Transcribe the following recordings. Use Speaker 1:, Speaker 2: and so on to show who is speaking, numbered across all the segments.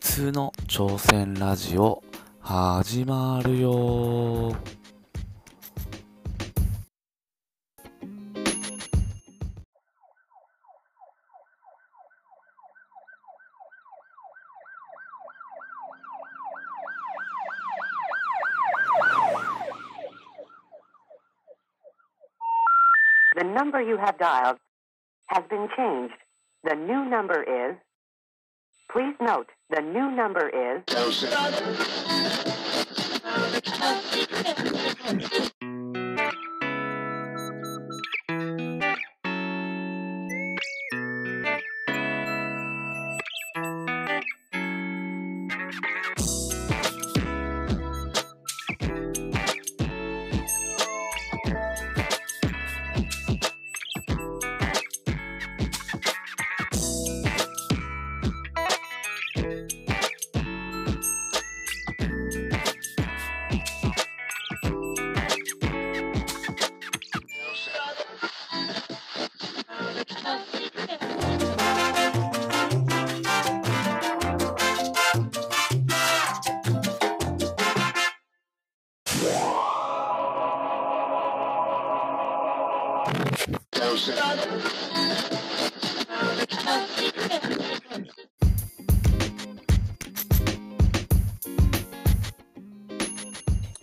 Speaker 1: 風の朝鮮ラジオ始まるよ
Speaker 2: The number you have dialed has been changed. The new number is. Please note, the new number is.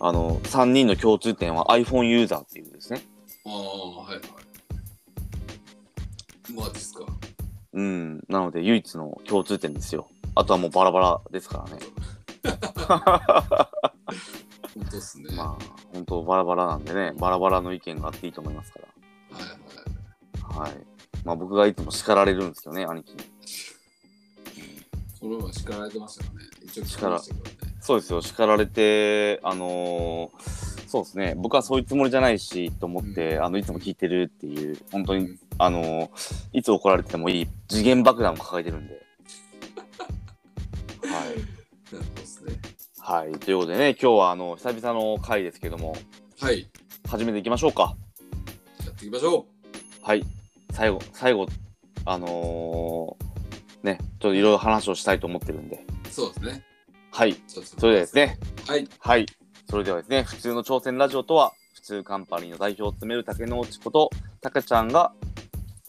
Speaker 3: あの、3人の共通点は iPhone ユーザーっていうですね。
Speaker 4: ああ、はいはい。まあですか。
Speaker 3: うん。なので、唯一の共通点ですよ。あとはもうバラバラですからね。
Speaker 4: 本当ですね。
Speaker 3: まあ、本当バラバラなんでね、バラバラの意見があっていいと思いますか
Speaker 4: はいはい。
Speaker 3: ら。はい。まあ、僕がいつも叱られるんですけどね、兄貴に。
Speaker 4: このまま叱られてましたからね。一応叱られましたけどね。
Speaker 3: そうですよ、叱られて、あのーそうですね、僕はそういうつもりじゃないし、と思って、あの、いつも聞いてるっていう、本当に、
Speaker 4: うん
Speaker 3: あのーいつ怒られてもいい次元爆弾を抱えてるんで。はい。
Speaker 4: なるほどですね。
Speaker 3: はい、ということでね、今日はあの久々の回ですけども、
Speaker 4: はい。
Speaker 3: 始めていきましょうか。
Speaker 4: やっていきましょ
Speaker 3: はい、最後、最後、あのーね、ちょっといろいろ話をしたいと思ってるんで、
Speaker 4: う。そうですね。
Speaker 3: はい、
Speaker 4: ちょっと
Speaker 3: それではですね、
Speaker 4: はい。
Speaker 3: はい、それではですね、普通の挑戦ラジオとは、普通カンパニーの代表を務める竹之内こと、たけちゃんが、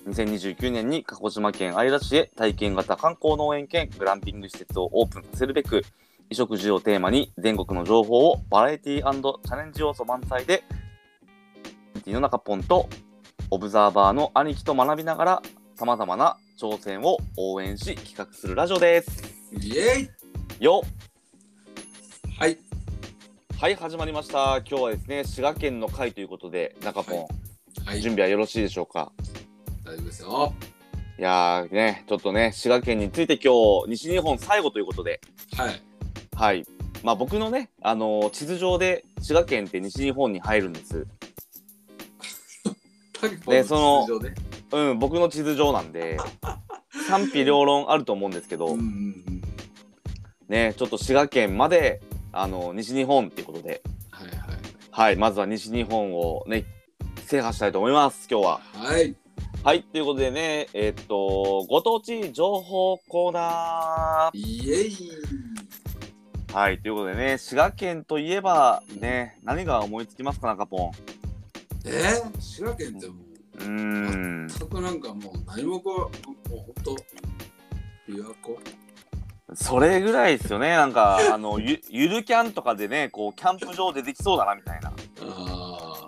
Speaker 3: 2029年に鹿児島県姶良市へ体験型観光農園兼グランピング施設をオープンさせるべく、衣食住をテーマに全国の情報をバラエティチャレンジ要素満載で、ティの中ポンとオブザーバーの兄貴と学びながら、さまざまな挑戦を応援し企画するラジオです。
Speaker 4: イエイ
Speaker 3: よっ
Speaker 4: はい。
Speaker 3: はい、始まりました。今日はですね、滋賀県の会ということで、中ポン、
Speaker 4: はい。
Speaker 3: 準備はよろしいでしょうか。
Speaker 4: 大丈夫ですよ。
Speaker 3: いやーね、ちょっとね、滋賀県について今日、西日本最後ということで、
Speaker 4: はい。
Speaker 3: はい。まあ僕のね、あのー地図上で滋賀県って西日本に入るんです。
Speaker 4: タケポン
Speaker 3: でその
Speaker 4: 通常ね
Speaker 3: うん、僕の地図上なん で、賛否両論あると思うんですけ
Speaker 4: う
Speaker 3: ど
Speaker 4: んう、んうん。
Speaker 3: ね、ちょっと滋賀県まで、あのー西日本っていうことで、
Speaker 4: はいはい。
Speaker 3: はい、まずは西日本をね、制覇したいと思います、今日は。
Speaker 4: はい。
Speaker 3: はい、ということでね、えーっと、ご当地情報コーナ
Speaker 4: イエイ
Speaker 3: ー。はい、ということでね、滋賀県といえば、ね、何が思いつきますか、中ポ
Speaker 4: えー、滋賀県ってもう、
Speaker 3: ン。うーん、
Speaker 4: 全くなんかもう何もこう、もうほんと、琵琶湖
Speaker 3: それぐらいですよね、なんか、あの、ゆゆるキャンとかでね、こう、キャンプ場でできそうだな、みたいな。
Speaker 4: ああ。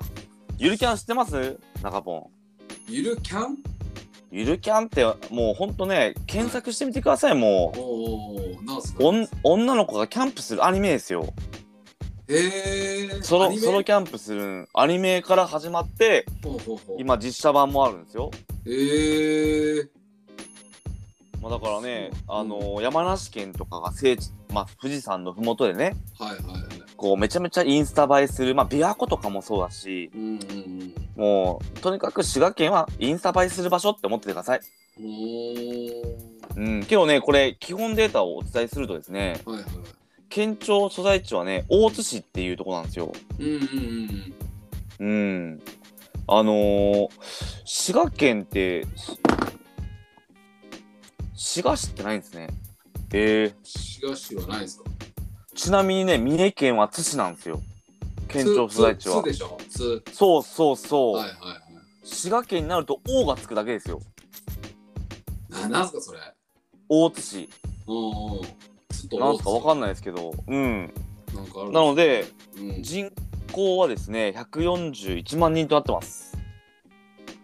Speaker 3: ゆるキャン知ってます中ポ
Speaker 4: ゆるキャン
Speaker 3: ン。ゆるキャンって、もうほんとね、検索してみてください、もう。
Speaker 4: おお、なんすか
Speaker 3: おん女の子がキャンプするアニメですよ。
Speaker 4: へえ。
Speaker 3: ソ
Speaker 4: ア
Speaker 3: ロ
Speaker 4: ニメ
Speaker 3: ソロキャンプするアニメから始まって、
Speaker 4: ほうほうほう。
Speaker 3: 今実写版もあるんですよ。
Speaker 4: へえ。
Speaker 3: まあ、だからね、
Speaker 4: そう
Speaker 3: あの山梨県とかが聖地、まあ、富士山の麓でね
Speaker 4: はいはいはい。
Speaker 3: こうめちゃめちゃインスタ映えする、まあ、琵琶湖とかもそうだし
Speaker 4: うんうん
Speaker 3: もうとにかく滋賀県はインスタ映えする場所って思っててください。
Speaker 4: うん。お
Speaker 3: うん、けどねこれ基本データをお伝えするとですね
Speaker 4: お。はいは
Speaker 3: 県庁所在地はね大津市っていうところなんですよ。
Speaker 4: い。うんうん
Speaker 3: うんあのー滋賀県ってし滋賀市ってないんですね。えー、
Speaker 4: 滋賀市はないんですか
Speaker 3: ちなみにね、三重県は津市なんですよ。県庁所在地は
Speaker 4: つつ。でしょつ。
Speaker 3: そうそうそう、
Speaker 4: はいはいはい。
Speaker 3: 滋賀県になると、王がつくだけですよ。
Speaker 4: ななんすかそれ。
Speaker 3: 大津市。
Speaker 4: うんうん。ちょっと
Speaker 3: なんすかわか
Speaker 4: ん
Speaker 3: んないですけど。うん。
Speaker 4: なんかある
Speaker 3: なので、
Speaker 4: うん、
Speaker 3: 人口はですね、141万人となってます。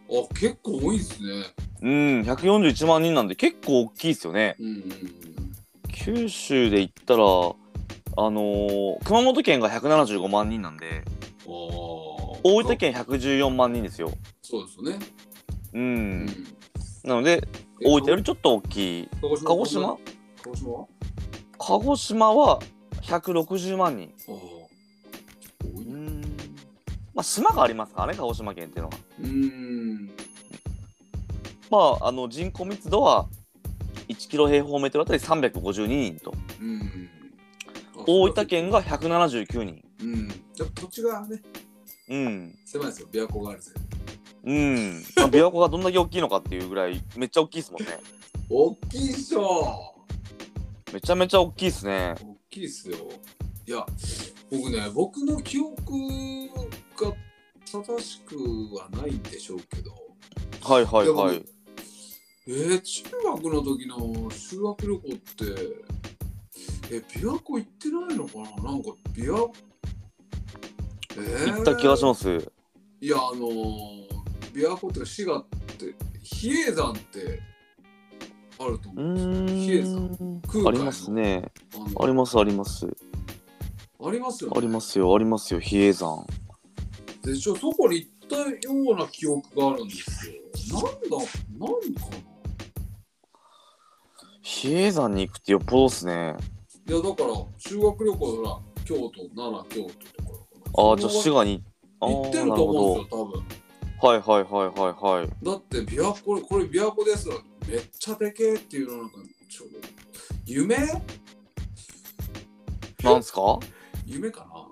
Speaker 4: あ結構多いですね。
Speaker 3: うん、141万人なんで結構大きいですよね。
Speaker 4: うんうんうん。
Speaker 3: 九州で言ったら、あのー熊本県が175万人なんで、
Speaker 4: お
Speaker 3: 大分県114万人ですよ。
Speaker 4: そうですよね。
Speaker 3: う
Speaker 4: うん
Speaker 3: ん。なので、大分よりちょっと大きい。
Speaker 4: 鹿児
Speaker 3: 鹿児島
Speaker 4: 鹿児島は
Speaker 3: 鹿児島は160万人。
Speaker 4: ああ。多いな。
Speaker 3: まあ、島がありますからね、鹿児島県っていうのは。
Speaker 4: うん。
Speaker 3: まあ、あの人口密度は1キロ平方メートルあたり352人と。
Speaker 4: うん。
Speaker 3: 大分県が179人。
Speaker 4: うん。やっぱ土地がね、
Speaker 3: うん。
Speaker 4: 狭いですよ。琵琶湖があるぜ。
Speaker 3: うん。まあ、琵琶湖がどんだけ大きいのかっていうぐらい、めっちゃ大きいですもんね。
Speaker 4: 大きいっしょ
Speaker 3: めちゃめちゃ大きいですね。
Speaker 4: 大きいっすよ。いや、僕ね、僕の記憶が正しくはないんでしょうけど、
Speaker 3: はいはい
Speaker 4: でも
Speaker 3: は
Speaker 4: ね
Speaker 3: い。
Speaker 4: えー、中学の時の修学旅行って、え、琵琶湖行ってないのかななんか琵琶えー
Speaker 3: 行った気がします。
Speaker 4: いや、あのー、琵琶湖っていうか滋賀って、比叡山ってあると
Speaker 3: う
Speaker 4: 思う。
Speaker 3: ーん。
Speaker 4: 空海の
Speaker 3: ありますね。
Speaker 4: あの
Speaker 3: ありますあります。
Speaker 4: ありますよ、ね。
Speaker 3: ありますよありますよ。比叡山。
Speaker 4: でしょそこに行ったような記憶があるんですよ。なんだ、なんかな。
Speaker 3: 比叡山に行くってよっぽどっすね。
Speaker 4: いや、だから、修学旅行でほら、京都、奈良、京都とかだから。
Speaker 3: ああ、じゃあ滋賀に。あ
Speaker 4: 行って
Speaker 3: ー
Speaker 4: る
Speaker 3: な
Speaker 4: と
Speaker 3: るほ
Speaker 4: 思う
Speaker 3: ど
Speaker 4: んですよ、多分。
Speaker 3: はいはいはいはいはい。
Speaker 4: だって、琵琶湖、これ、これ琵琶湖ですら、めっちゃでけえっていうのなんか、ちょっと、夢
Speaker 3: なんすか
Speaker 4: 夢かな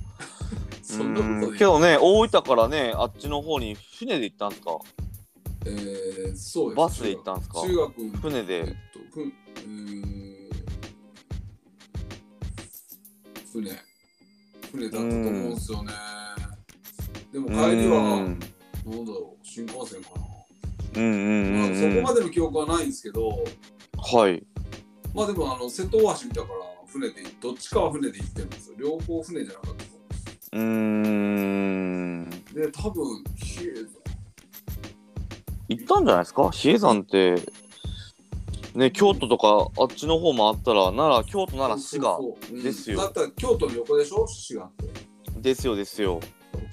Speaker 4: そんなこと
Speaker 3: う
Speaker 4: なんい
Speaker 3: けどね、大分からね、あっちの方に船で行ったんすか
Speaker 4: えー、そうです。
Speaker 3: バスで行ったんすか
Speaker 4: 中学の
Speaker 3: 船
Speaker 4: えっ
Speaker 3: で。
Speaker 4: と、ふ、うーん船、船だったと思うんですよね。でも帰り
Speaker 3: う
Speaker 4: は、
Speaker 3: ん
Speaker 4: なんだろう、新幹線か
Speaker 3: うんう
Speaker 4: な。
Speaker 3: ん
Speaker 4: まあ、
Speaker 3: うん
Speaker 4: そ
Speaker 3: うん
Speaker 4: こまでの記憶はないんですけど、
Speaker 3: はい。
Speaker 4: まあでも、あの、瀬戸大橋見たから、船で、どっちかは船で行ってるんですよ。両方船じゃなかったと思
Speaker 3: うーん。
Speaker 4: うで、多分、比叡
Speaker 3: 行ったんじゃないですか比叡山って、ね、京都とかあっちの方もあったら、奈良、京都、奈良、滋賀。
Speaker 4: そうそううん
Speaker 3: ですよ
Speaker 4: だったら京都の横でしょ滋賀って。
Speaker 3: ですよですよ。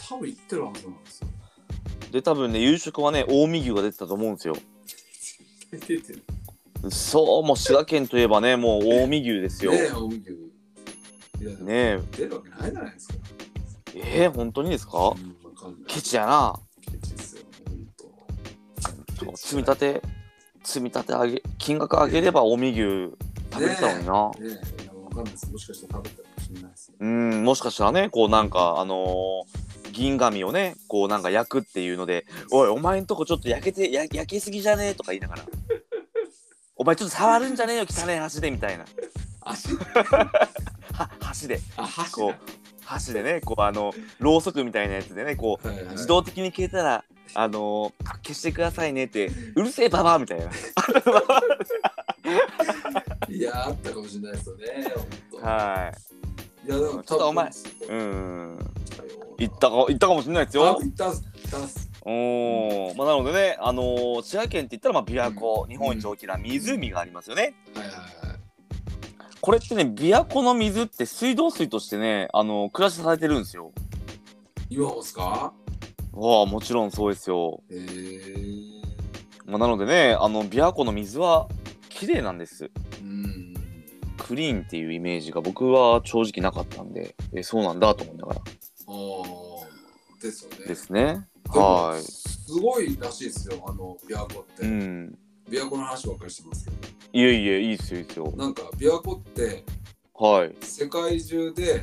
Speaker 4: 多分行ってるはずなんですよ。
Speaker 3: で、多分ね、夕食はね、近江牛が出てたと思うんですよ。
Speaker 4: 出てる。
Speaker 3: そう、もう滋賀県といえばね、もう近江牛ですよ。
Speaker 4: ねえ、
Speaker 3: ね
Speaker 4: 近江牛。いや、でも
Speaker 3: え、
Speaker 4: 出るわけないじゃないですか。
Speaker 3: えー、本当にですか
Speaker 4: うんわかんない。
Speaker 3: ケチやな。
Speaker 4: ケチですよ、ほんと。
Speaker 3: 積み立て、積み立て上げ、金額上げれば近江牛食べれたのにな。
Speaker 4: ねえ、いやわかんないです。もしかしたら食べたかもしれないですね。
Speaker 3: うん、もしかしたらね、こうなんか、あのー銀紙をね、こうなんか焼くっていうので、おい、お前んとこちょっと焼けて、や焼けすぎじゃねえとか言いな がら。お前ちょっと触るんじゃねえよ、汚い箸でみたいな。
Speaker 4: 足
Speaker 3: は、箸で、
Speaker 4: あ、箸
Speaker 3: こう、箸でね、こうあの、ろうそくみたいなやつでね、こう、
Speaker 4: う、はいはい、
Speaker 3: 自動的に消えたら、あのー消してくださいねって、うるせえババアみたいな。
Speaker 4: いや、あったかもしれないですよね、ほんと。、
Speaker 3: はい
Speaker 4: や、でも、
Speaker 3: ちょっとお前
Speaker 4: 多
Speaker 3: い。
Speaker 4: 分
Speaker 3: うん。
Speaker 4: よ
Speaker 3: 行ったか、行ったかもしれないです
Speaker 4: あ
Speaker 3: よ。
Speaker 4: 行ったっす、行ったっす。
Speaker 3: おお、まあ、なのでね、あのー滋賀県って言ったら、まあ、琵琶湖、日本一大きな湖がありますよね。
Speaker 4: はいはいはい。
Speaker 3: これってね、琵琶湖の水って水道水としてね、あのー、暮らしされてるんですよ。
Speaker 4: 今もっすか
Speaker 3: わあ、もちろんそうですよ。
Speaker 4: えー、
Speaker 3: まあ、なのでね、あの、琵琶湖の水は綺麗なんです。
Speaker 4: うん。
Speaker 3: クリーンっていうイメージが僕は正直なかったんで、えそうなんだと思いながら
Speaker 4: ああ、ですよね。
Speaker 3: ですね。
Speaker 4: でも
Speaker 3: はーい。
Speaker 4: すごいらしいですよ、あの、琵琶湖って。
Speaker 3: うん。
Speaker 4: 琵琶湖の話ばっかりしてますけど。
Speaker 3: いえいえ、いいっすよ、いいっすよ。
Speaker 4: なんか琵琶湖って
Speaker 3: はい。
Speaker 4: 世界中で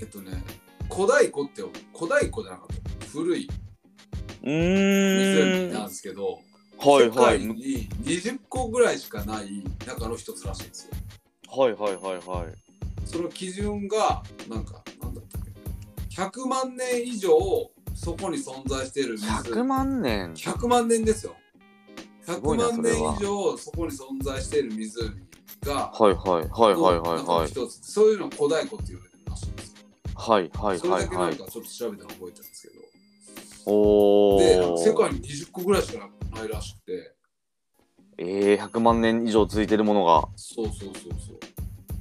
Speaker 4: えっとね古代湖って古代湖じゃなかった古いう湖
Speaker 3: ー
Speaker 4: なん
Speaker 3: ん。
Speaker 4: ですけど、
Speaker 3: はい
Speaker 4: 世
Speaker 3: は
Speaker 4: 界
Speaker 3: い。む
Speaker 4: に20個ぐらいしかない中の一つらしいんですよ。
Speaker 3: はいはいはいはい。
Speaker 4: その基準がなんかなんだったっけ100万年以上そこに存在している水
Speaker 3: 100万年。
Speaker 4: 100万年ですよ
Speaker 3: すご
Speaker 4: 100
Speaker 3: いな
Speaker 4: 万
Speaker 3: それ
Speaker 4: 年
Speaker 3: は
Speaker 4: 以上そこに存在している湖が
Speaker 3: はいはいはいはいはい
Speaker 4: の中の
Speaker 3: はい。
Speaker 4: 一つそういうのを古代湖って言われてるらしいんですよ
Speaker 3: はいはい
Speaker 4: それ
Speaker 3: はい
Speaker 4: だけな
Speaker 3: は
Speaker 4: ん
Speaker 3: い
Speaker 4: か。ちょっと調べたの覚えてたんですけど
Speaker 3: おお。
Speaker 4: でなんか世界に20個ぐらいしかないらしくて
Speaker 3: ええー、100万年以上続いてるものが。
Speaker 4: そうそうそうそう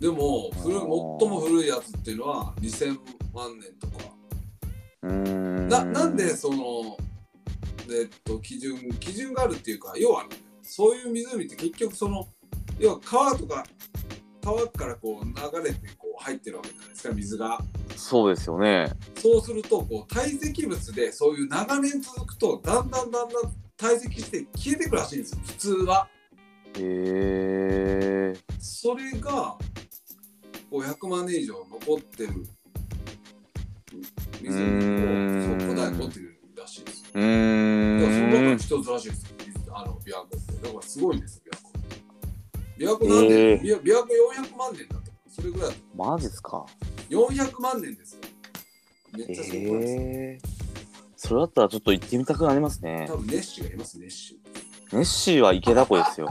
Speaker 4: でも古
Speaker 3: あ
Speaker 4: い最
Speaker 3: ー
Speaker 4: も古いやつっていうのは2000万年とか
Speaker 3: うーん。
Speaker 4: ななんでその、えっと、基準基準があるっていうか要はねそういう湖って結局その要は川とか川からこう流れてこう入ってるわけじゃないですか水が
Speaker 3: そうですよね。
Speaker 4: そうするとこう堆積物でそういう長年続くとだんだんだんだん堆積して消えてくらしいんですよ普通は
Speaker 3: へえー。
Speaker 4: それが500万年以上残ってる湖
Speaker 3: うーん
Speaker 4: をそう古代湖っていうらしいです
Speaker 3: う
Speaker 4: だからその中
Speaker 3: ー
Speaker 4: の
Speaker 3: ん。
Speaker 4: 一つらしいですよ、あの琵琶湖って。だからすごいんですよ、琵琶湖。琵琶湖何年、
Speaker 3: え
Speaker 4: 琵琶琵琶湖400万年だと。それぐらいだと
Speaker 3: マジっすか。
Speaker 4: 400万年ですよ。めっ
Speaker 3: え
Speaker 4: ちゃすごいです。
Speaker 3: えー。それだったらちょっと行ってみたくなりますね
Speaker 4: 多。分ネッシーがいます、ネッシ
Speaker 3: ネッシーは池田湖ですよ。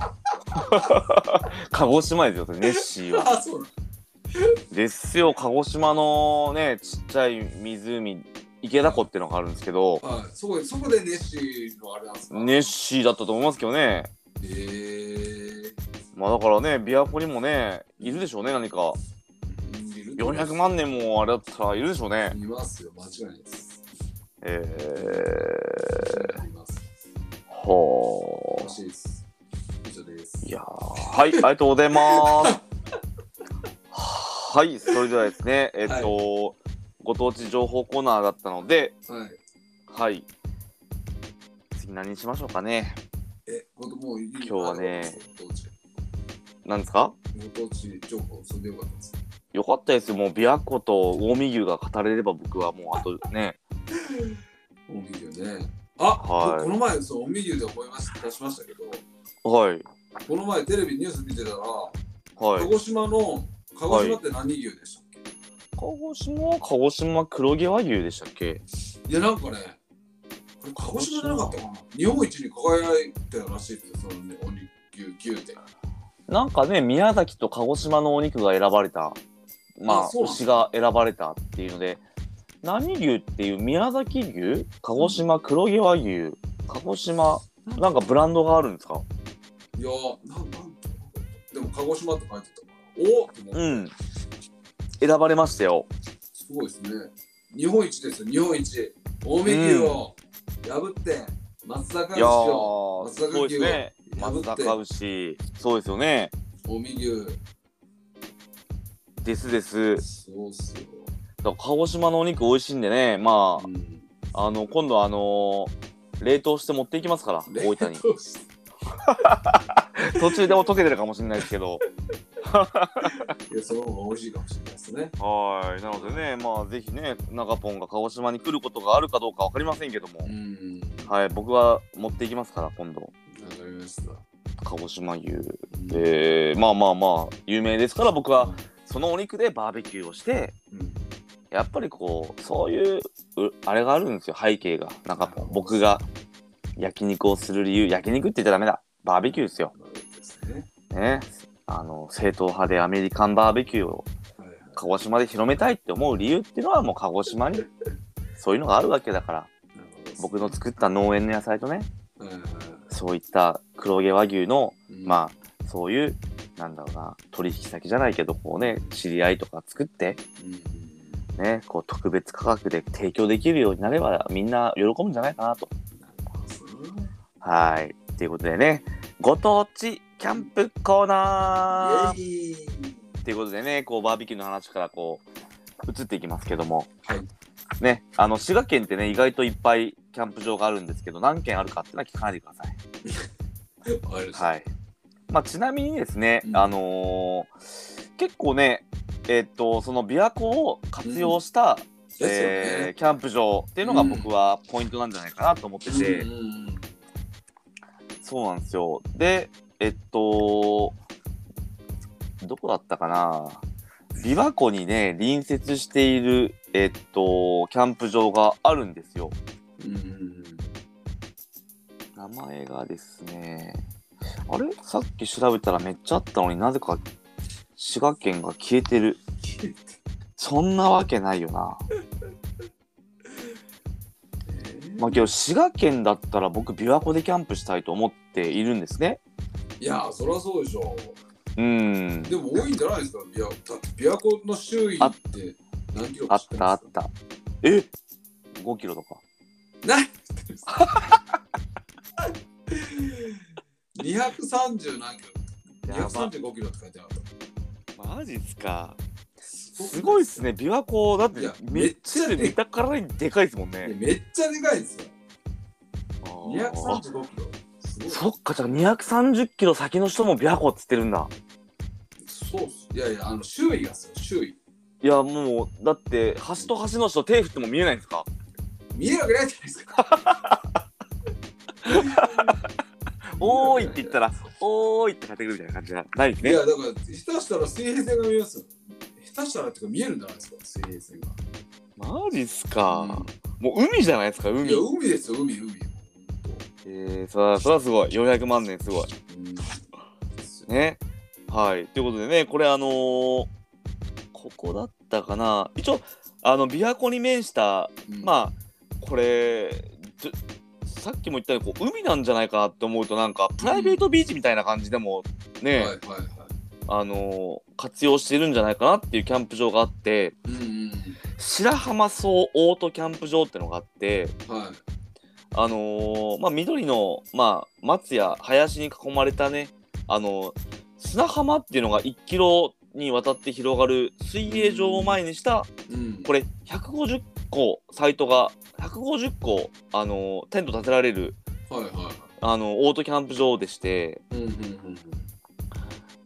Speaker 3: 鹿児島ですよ、ネッシー
Speaker 4: ー。
Speaker 3: は。
Speaker 4: ああ、そうなの。
Speaker 3: ですよ、鹿児島のね、ちっちゃい湖、池田湖ってのがあるんですけど、
Speaker 4: はい、そこで、そこでネッシーのあれなんですか。
Speaker 3: ネッシーだったと思いますけどね。
Speaker 4: えー
Speaker 3: まあだからね、琵琶湖にもね、いるでしょうね、何か。
Speaker 4: いると思います
Speaker 3: 400万年もあれだったらいるでしょうね。
Speaker 4: いますよ、間違いないです。
Speaker 3: え
Speaker 4: 間違います。
Speaker 3: ー、は
Speaker 4: 欲しいです。以上です
Speaker 3: あ。い。やー、はい、ありがとうございます。はい、それではですね、えっ、と、ご当地情報コーナーだったので、
Speaker 4: はい。
Speaker 3: はい。次何にしましょうかね。
Speaker 4: え、僕もう今
Speaker 3: 日はね。
Speaker 4: ご当地
Speaker 3: 何ですか
Speaker 4: ご当地情報、それでよかったです。
Speaker 3: よかったですよ。もう琵琶湖と近江牛が語れれば僕はもうあとね。
Speaker 4: 近江牛ね。あ、
Speaker 3: はい
Speaker 4: この前、そう、近江牛で思いました、出しましたけど、
Speaker 3: はい。
Speaker 4: この前テレビニュース見てたら、
Speaker 3: は
Speaker 4: 鹿
Speaker 3: い。
Speaker 4: 児島の、鹿児島って何牛でしたっけ、
Speaker 3: 鹿児島は鹿児島黒毛和牛でしたっけ
Speaker 4: い、や、なんかね、これ鹿児島じゃなかったかな日本一に輝いてたらしいって、そのね、お肉牛牛って。
Speaker 3: なんかね、宮崎と鹿児島のお肉が選ばれた。まあ、
Speaker 4: あそうなんだ
Speaker 3: 牛が選ばれたっていうので、何牛っていう宮崎牛鹿児島黒毛和牛鹿児島、なんかブランドがあるんですか
Speaker 4: いやー、なんなんていうのでも鹿児島って書いてたから、おおって思って、
Speaker 3: うん。選ばれましたよ。
Speaker 4: すごいですね。日本一ですよ、日本一。近江牛を破って、松坂
Speaker 3: い
Speaker 4: 牛
Speaker 3: やー、
Speaker 4: を、松
Speaker 3: そう
Speaker 4: 阪
Speaker 3: で
Speaker 4: 牛
Speaker 3: すね。
Speaker 4: 破
Speaker 3: 松
Speaker 4: って
Speaker 3: 阪牛、そうですよね。
Speaker 4: 近江牛、
Speaker 3: ですです。
Speaker 4: そうっすよ。
Speaker 3: だから鹿児島のお肉美味しいんでね、ま
Speaker 4: うん
Speaker 3: あ、あの、今度あのー冷凍して持っていきますから、大分に。
Speaker 4: そうっす
Speaker 3: 途中でも溶けてるかもしれないですけ ど。
Speaker 4: いや、その方が美味しいかもしれないですね。
Speaker 3: はい。なのでね、まあ、ぜひね、長ポンが鹿児島に来ることがあるかどうかわかりませんけども
Speaker 4: う。ん。わ
Speaker 3: はい、僕は持っていきますから、今度。
Speaker 4: かりました。
Speaker 3: 鹿児島牛。
Speaker 4: うん
Speaker 3: で、まあまあまあ、有名ですから、僕は、そのお肉でバーベキューをして、
Speaker 4: うん、
Speaker 3: やっぱりこうそういううあれがあるんですよ背景がなんか僕が焼肉をする理由焼肉って言っちゃダメだバーベキューですよ
Speaker 4: なるほどですね。
Speaker 3: ねあの正統派でアメリカンバーベキューを
Speaker 4: はいはい。
Speaker 3: 鹿児島で広めたいって思う理由っていうのはもう鹿児島にそういうのがあるわけだから
Speaker 4: なるほどです
Speaker 3: 僕の作った農園の野菜とね
Speaker 4: はいはいは
Speaker 3: そういった黒毛和牛の
Speaker 4: いうん
Speaker 3: まあそういうなんだろうな取引先じゃないけどこうね知り合いとか作って
Speaker 4: うんうん
Speaker 3: ね、こう特別価格で提供できるようになればみんな喜ぶんじゃないかなと。
Speaker 4: うんなるほどですね
Speaker 3: はい。ということでね、ご当地キャンプコーナー
Speaker 4: イエーイ
Speaker 3: ということでね、こうバーベキューの話からこう移っていきますけども、
Speaker 4: はい
Speaker 3: ね、あの滋賀県ってね、意外といっぱいキャンプ場があるんですけど、何軒あるかっていうのは聞かないでください。
Speaker 4: わかりました
Speaker 3: はい。まあ、ちなみにですね、
Speaker 4: うん
Speaker 3: あのー結構ね、えっと、その琵琶湖を活用した、
Speaker 4: ですよね
Speaker 3: えーキャンプ場っていうのが僕はポイントなんじゃないかなと思ってて、
Speaker 4: うんうんうん
Speaker 3: そうなんですよ。で、えっと、どこだったかな琵琶湖にね、隣接している、えっと、キャンプ場があるんですよ。
Speaker 4: うん。
Speaker 3: 名前がですね、あれさっき調べたらめっちゃあったのになぜか滋賀県が消えてる。
Speaker 4: 消えて
Speaker 3: そんなわけないよな。まあけど滋賀県だったら僕琵琶湖でキャンプしたいと思っているんですね。
Speaker 4: いや、そりゃそうでしょ。
Speaker 3: うん。
Speaker 4: でも多いんじゃないですか。いや、だって琵琶湖の周囲って何キロ
Speaker 3: あ
Speaker 4: か
Speaker 3: っ
Speaker 4: 知て
Speaker 3: たあ
Speaker 4: ま
Speaker 3: っ
Speaker 4: す
Speaker 3: た。え ?5 キロとか。
Speaker 4: な230何キロ
Speaker 3: やば
Speaker 4: ?235 キロって書いてある。
Speaker 3: マジっすか。
Speaker 4: す
Speaker 3: すごいっすね。琵琶湖、だっ
Speaker 4: い
Speaker 3: て
Speaker 4: や
Speaker 3: めっちゃ
Speaker 4: めっちゃで
Speaker 3: で見たからにでかいですもん
Speaker 4: いや
Speaker 3: ね。
Speaker 4: めっちゃでかいですよ。
Speaker 3: あー
Speaker 4: 235キロ。すごい。
Speaker 3: そっか、じゃあ230キロ先の人も琵琶湖っつってるんだ。
Speaker 4: そうっす。いやいや、あの周囲がっすよ、周囲。
Speaker 3: いや、もう、だって、端と端の人手振っても見えないんですか
Speaker 4: 見えなくないじゃないですか。
Speaker 3: おーいって言ったら、おーいって帰ってくるみたいな感じじゃないです
Speaker 4: い
Speaker 3: ね
Speaker 4: や、。だから、下手したら水平線が見えますよ。下手したらっていうか見えるんじゃないですか、水平線が。
Speaker 3: マジっすか。もう海じゃないですか、海
Speaker 4: いや、。海ですよ、海、海。本
Speaker 3: えー、そら、そらすごい。400万年すごい。
Speaker 4: 当うんですよ
Speaker 3: ね。はい。ということでね、これあのーここだったかな。一応、あの、琵琶湖に面した、
Speaker 4: うん
Speaker 3: まあ、これ、ずさっきも言ったように、こう、海なんじゃないかなって思うと、なんか、プライベートビーチみたいな感じでも、ね、
Speaker 4: はいはいは
Speaker 3: あのー活用してるんじゃないかなっていうキャンプ場があって、
Speaker 4: い。うんうん
Speaker 3: 白浜草オートキャンプ場ってのがあって、
Speaker 4: うん。はい。
Speaker 3: あのーまあ、緑の、まあ、松や林に囲まれたね、あのー砂浜っていうのが1キロにわたって広がる水泳場を前にした、
Speaker 4: うん、
Speaker 3: これ150個サイトが150個、あのーテント建てられる、
Speaker 4: はいは
Speaker 3: あのーオートキャンプ場でして
Speaker 4: い。うんうんうん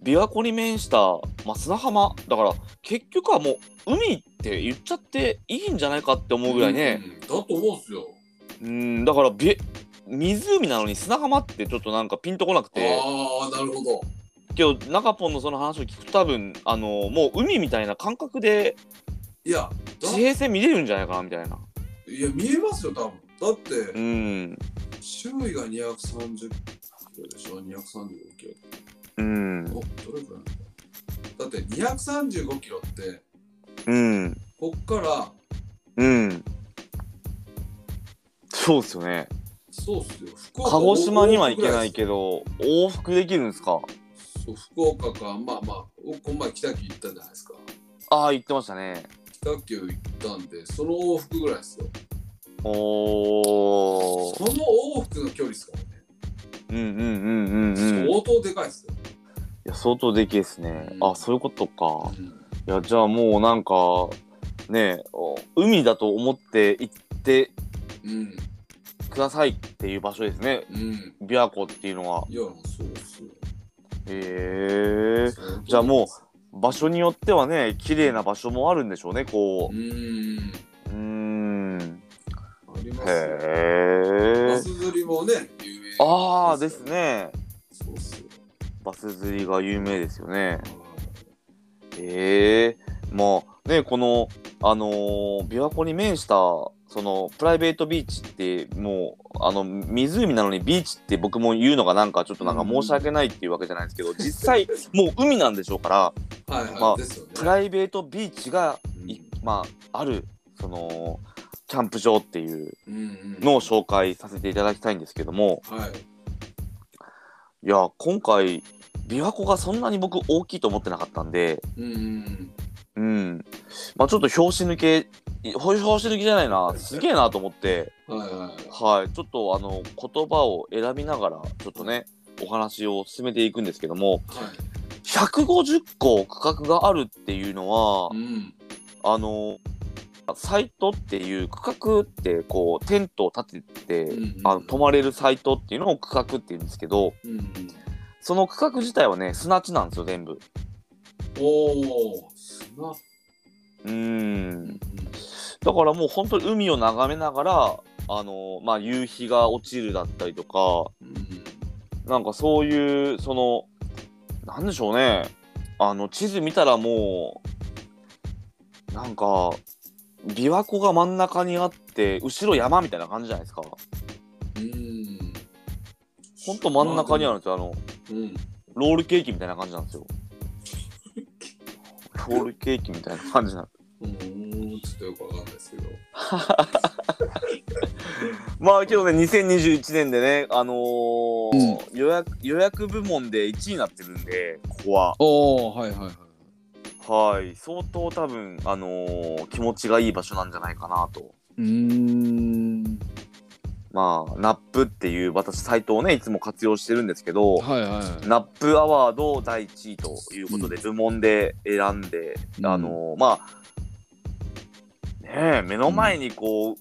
Speaker 3: 琵琶湖に面した、まあ、砂浜だから結局はもう海って言っちゃっていいんじゃないかって思うぐらいね。
Speaker 4: うんうんだと思うんすよ。
Speaker 3: うんだからび湖なのに砂浜ってちょっとなんかピンとこなくて
Speaker 4: ああ、なるほど。
Speaker 3: 今日中ポンのその話を聞くと多分あのもう海みたいな感覚で
Speaker 4: いや、だ
Speaker 3: 地平線見れるんじゃないかなみたいない
Speaker 4: や見えますよ、多分。だって
Speaker 3: う、ん
Speaker 4: 周囲が230キロでしょ、235キロ。
Speaker 3: うん
Speaker 4: おどれくらいなのだって235キロって、
Speaker 3: うん
Speaker 4: こっから、
Speaker 3: うんそうっすよね
Speaker 4: そうっすよ、福
Speaker 3: 鹿児島には行けない
Speaker 4: ど。
Speaker 3: けど往復できるんですか
Speaker 4: そう、福岡か、まあまあ、僕この前北九行ったじゃないですか。
Speaker 3: ああ言ってましたね
Speaker 4: 北九行ったんで、その往復ぐらいですよ。
Speaker 3: お
Speaker 4: そ
Speaker 3: ー
Speaker 4: の往復の距離ですからね。
Speaker 3: うんうんうんうんうんい
Speaker 4: 相当でかいですよ。
Speaker 3: や相当でけえっすねあそういうことか
Speaker 4: うん
Speaker 3: いやじゃあもうなんかねえお海だと思って行って
Speaker 4: うん。
Speaker 3: くださいっていう場所ですね
Speaker 4: うん。
Speaker 3: 琵琶湖っていうのはい
Speaker 4: や、そうっすよ。
Speaker 3: へえじゃあも場所によってはね綺麗な場所もあるんでしょうねこ
Speaker 4: う。うん。
Speaker 3: ううーん
Speaker 4: ありますよ。
Speaker 3: へ
Speaker 4: バ
Speaker 3: え
Speaker 4: ス釣りもね、有名。
Speaker 3: ああですね
Speaker 4: そうっすよ。
Speaker 3: バス釣りが有名ですよねへえまあねこのあのー琵琶湖に面したそのプライベートビーチってもうあの湖なのにビーチって僕も言うのがなんかちょっとなんか申し訳ないっていうわけじゃないですけど実際もう海なんでしょうから
Speaker 4: はいはい、
Speaker 3: まあ
Speaker 4: ですよね。
Speaker 3: プライベートビーチがいまああるそのキャンプ場っていう
Speaker 4: うんうんうん
Speaker 3: のを紹介させていただきたいんですけども
Speaker 4: はい。
Speaker 3: いや今回琵琶湖がそんなに僕大きいと思ってなかったんで
Speaker 4: うんう
Speaker 3: う
Speaker 4: ん
Speaker 3: ん。まあちょっと拍子抜け、い拍子抜けじゃないな、すげえなと思って、
Speaker 4: うん。はいはいはい。
Speaker 3: はい、ちょっとあの、言葉を選びながら、ちょっとね、お話を進めていくんですけども、
Speaker 4: はい。
Speaker 3: 150個区画があるっていうのは
Speaker 4: う、ん。
Speaker 3: あの、サイトっていう区画って、こう、テントを立てて、
Speaker 4: うんうん
Speaker 3: あの泊まれるサイトっていうのを区画っていうんですけど、
Speaker 4: うんうん。
Speaker 3: その区画自体はね、砂地なんですよ、全部。
Speaker 4: おお。砂。
Speaker 3: うん。だからもう本当に海を眺めながら、あのまあ、夕日が落ちるだったりとか、
Speaker 4: うん。
Speaker 3: なんかそういうそのなんでしょうねあの地図見たらもうなんか琵琶湖が真ん中にあって後ろ山みたいな感じじゃないですか
Speaker 4: うん。
Speaker 3: ほんと真ん中にあるんですよあの
Speaker 4: うん。
Speaker 3: ロールケーキみたいな感じなんですよロールケーキみたいな感じなん
Speaker 4: うん、ちょっとよくわかんないですけど。
Speaker 3: まあけどね2021年でねあのー予約予約部門で1位になってるんでここは
Speaker 4: おお、はいはいはい。
Speaker 3: はい相当多分あのー気持ちがいい場所なんじゃないかなと
Speaker 4: うん。
Speaker 3: まあナップっていう私サイトをねいつも活用してるんですけど
Speaker 4: はいは
Speaker 3: ナップアワード第1位ということで、部門で選んで、
Speaker 4: うん
Speaker 3: あのーまあねえ目の前にこ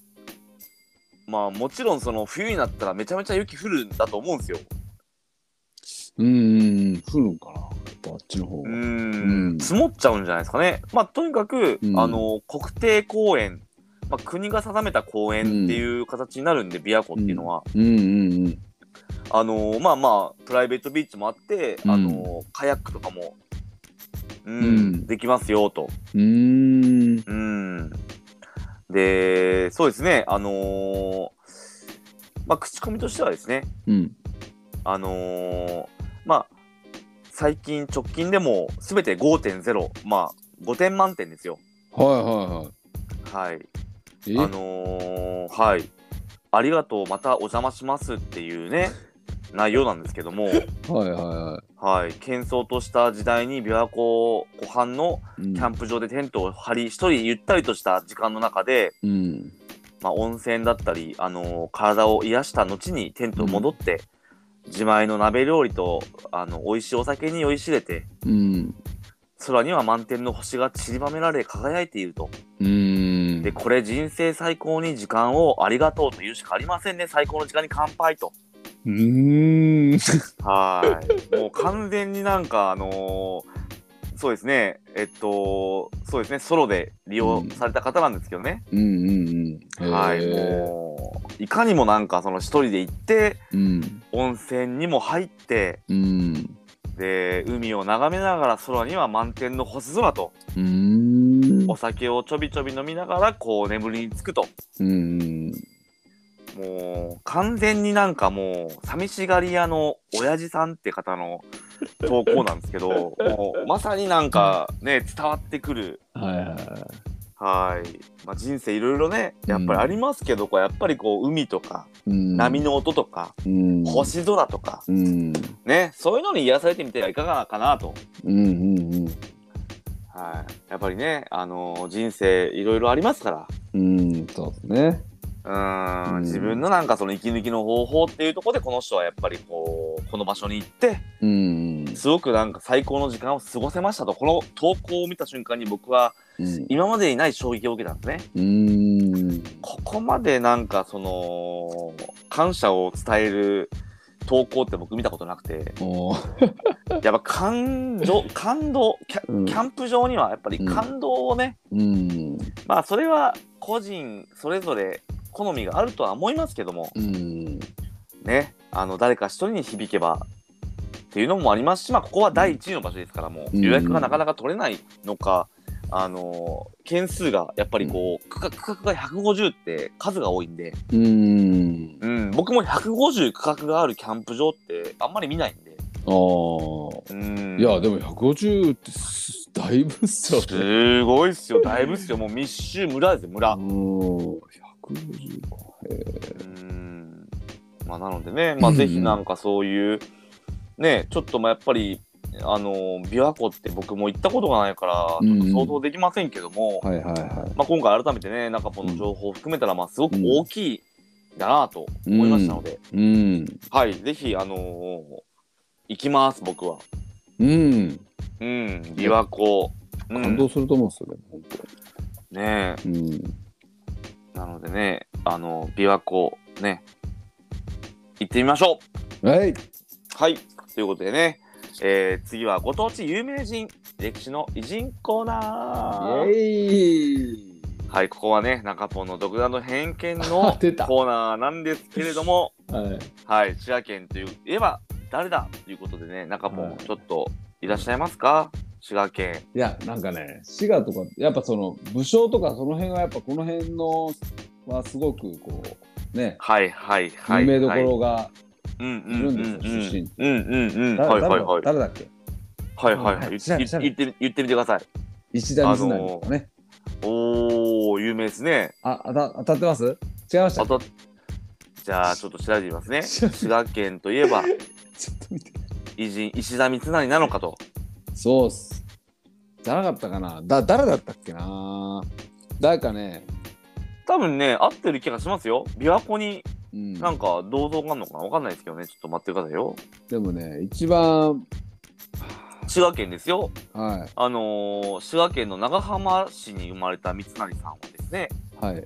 Speaker 3: う、まあもちろんその冬になったらめちゃめちゃ雪降るんだと思うんですよ。
Speaker 4: い。うん。降るんかな。やっぱあっちの方
Speaker 3: う
Speaker 4: が。うん
Speaker 3: ん積もっちゃうんじゃないですかね。まあとにかく、
Speaker 4: うん
Speaker 3: あの国定公園、まあ、国が定めた公園っていう形になるんで、琵琶湖っていうのは、
Speaker 4: うんうんうん。
Speaker 3: あのまあまあプライベートビーチもあって、
Speaker 4: うん
Speaker 3: あのカヤックとかも、うん
Speaker 4: うん
Speaker 3: できますよと。
Speaker 4: うん。
Speaker 3: うん、でそうですねあのまあ口コミとしてはですね
Speaker 4: うん。
Speaker 3: あのーまあ最近直近でも全て5.0まあ5点満点ですよ
Speaker 4: はいは
Speaker 3: はい
Speaker 4: い
Speaker 3: あ
Speaker 4: は
Speaker 3: の
Speaker 4: い。
Speaker 3: ーはいありがとうまたお邪魔しますっていうね内容なんですけども
Speaker 4: えはいは
Speaker 3: はい喧騒とした時代に琵琶湖湖畔の
Speaker 4: いはい。
Speaker 3: キャンプ場でテントを張り一人ゆったりとした時間の中で、
Speaker 4: うん。
Speaker 3: まあ、温泉だったり、あのー体を癒した後にテントを戻って、自前の鍋料理とあの美味しいお酒に酔いしれて
Speaker 4: うん。
Speaker 3: 空には満天の星が散りばめられ輝いていると。
Speaker 4: うん。
Speaker 3: で、これ人生最高に時間をありがとうというしかありませんね。最高の時間に乾杯と。
Speaker 4: うん。
Speaker 3: はーい。 もう完全になんかあのーそうですね。えっと、そうですね。ソロで利用された方なんですけどね。
Speaker 4: うんうんうん。
Speaker 3: はい。
Speaker 4: へ
Speaker 3: もう、いかにもなんかその一人で行って、
Speaker 4: ーうん。
Speaker 3: 温泉にも入って、
Speaker 4: うん。
Speaker 3: で、海を眺めながら空には満天の星空と、
Speaker 4: うん。
Speaker 3: お酒をちょびちょび飲みながら、こう眠りにつくと。
Speaker 4: うん。
Speaker 3: もう完全になんかもう寂しがり屋の親父さんって方の投稿なんですけど もうまさになんかね伝わってくる
Speaker 4: はいは
Speaker 3: はい、まあ、人生いろいろねやっぱりありますけど、こうやっぱりこう海とか
Speaker 4: い。うん
Speaker 3: 波。の音とか、
Speaker 4: うん。
Speaker 3: 星空とか
Speaker 4: うん。
Speaker 3: ねそういうのに癒されてみてはいかがかなと、
Speaker 4: うんうん
Speaker 3: はい、やっぱりね、あのー人生いろいろありますから。
Speaker 4: うん。うん。そうですね。
Speaker 3: うー
Speaker 4: うん
Speaker 3: ん自分のなんかその息抜きの方法っていうところでこの人はやっぱりこうこの場所に行って
Speaker 4: うん。
Speaker 3: すごくなんか最高の時間を過ごせましたとこの投稿を見た瞬間に僕は
Speaker 4: うん。
Speaker 3: 今までにない衝撃を受けたんですね
Speaker 4: うん。
Speaker 3: ここまでなんかその感謝を伝える投稿って僕見たことなくて
Speaker 4: お
Speaker 3: やっぱ感情感動キャ
Speaker 4: うん
Speaker 3: キャンプ場にはやっぱり感動をね、
Speaker 4: うん。
Speaker 3: まあそれは個人それぞれ好みがあるとは思いますけども
Speaker 4: うん。
Speaker 3: ねあの誰か一人に響けばっていうのもありますし、まあ、ここは第一位の場所ですからも
Speaker 4: うん
Speaker 3: う予約がなかなか取れないのか、あのー件数がやっぱりこう、区画区画が150って数が多いんで、
Speaker 4: うん。
Speaker 3: うん、僕も150区画があるキャンプ場ってあんまり見ないんで、
Speaker 4: ああ。
Speaker 3: うん、
Speaker 4: いやでも150ってすだいぶっすよね。
Speaker 3: すごいっすよだいぶっすよもう密集村ですよ村。
Speaker 4: うん150か。へ
Speaker 3: うんまあ、なのでね、まあ、
Speaker 4: うん
Speaker 3: ぜひなんかそういう、ね、ちょっとまあやっぱり、あの琵琶湖って僕も行ったことがないから、
Speaker 4: う
Speaker 3: ちょ
Speaker 4: ん
Speaker 3: っと想像できませんけども、
Speaker 4: えはいはいは
Speaker 3: まあ、今回改めてね、なんかこの情報を含めたら、まあ、すごく大きいだなと思いましたので、
Speaker 4: い。うん。
Speaker 3: はい、ぜひ、あのー行きます、僕は。
Speaker 4: うん。
Speaker 3: うん、琵琶湖。う
Speaker 4: 感
Speaker 3: ん、
Speaker 4: 動
Speaker 3: ね
Speaker 4: すると思うんですよね、本
Speaker 3: え
Speaker 4: 当に。うん。
Speaker 3: なのでね、あの琵琶湖、ね、行ってみましょう
Speaker 4: はい。
Speaker 3: はい、ということでね、えー次はご当地有名人、歴史の偉人コーナー。
Speaker 4: イ
Speaker 3: はい、ここはね、中ポンの独断の偏見
Speaker 4: あ
Speaker 3: の
Speaker 4: 出た
Speaker 3: コーナーなんですけれども、
Speaker 4: はい。
Speaker 3: はい、滋賀県といえば誰だということでね、中も
Speaker 4: うん
Speaker 3: ちょっといらっしゃいますか滋賀県。
Speaker 4: いや、なんかね、滋賀とか、やっぱその武将とかその辺はやっぱこの辺のはすごくこう、ね、
Speaker 3: はいはいはい。
Speaker 4: 有名どころが、
Speaker 3: うんう
Speaker 4: い
Speaker 3: ん
Speaker 4: る
Speaker 3: うんん
Speaker 4: ですよ出身地
Speaker 3: うんうんうん。
Speaker 4: だ
Speaker 3: はい
Speaker 4: 誰だ
Speaker 3: はいはい。
Speaker 4: 誰だっけ
Speaker 3: はいはいはい。
Speaker 4: うん
Speaker 3: 言って
Speaker 4: 調べ
Speaker 3: 言ってみ言ってみてください。
Speaker 4: 石田三成とかね。
Speaker 3: おー、有名ですね。
Speaker 4: あ、あた当たってます違いました
Speaker 3: あ。と、じゃあちょっと調べてみますね。
Speaker 4: ちょっと
Speaker 3: 滋賀県といえ ば、
Speaker 4: ちょっと見て。
Speaker 3: 偉人石田三成なのかと。
Speaker 4: そうっす。じゃなかったかなだ、誰だったっけな誰かね、
Speaker 3: 多分ね、合ってる気がしますよ。琵琶湖に
Speaker 4: うん。
Speaker 3: なんか銅像があるのかなわかんないですけどね。ちょっと待ってくださいよ。
Speaker 4: でもね、一番、
Speaker 3: 滋賀県ですよ。
Speaker 4: は
Speaker 3: あのー滋賀県の長浜市に生まれた三成さんはですね、
Speaker 4: い、はい。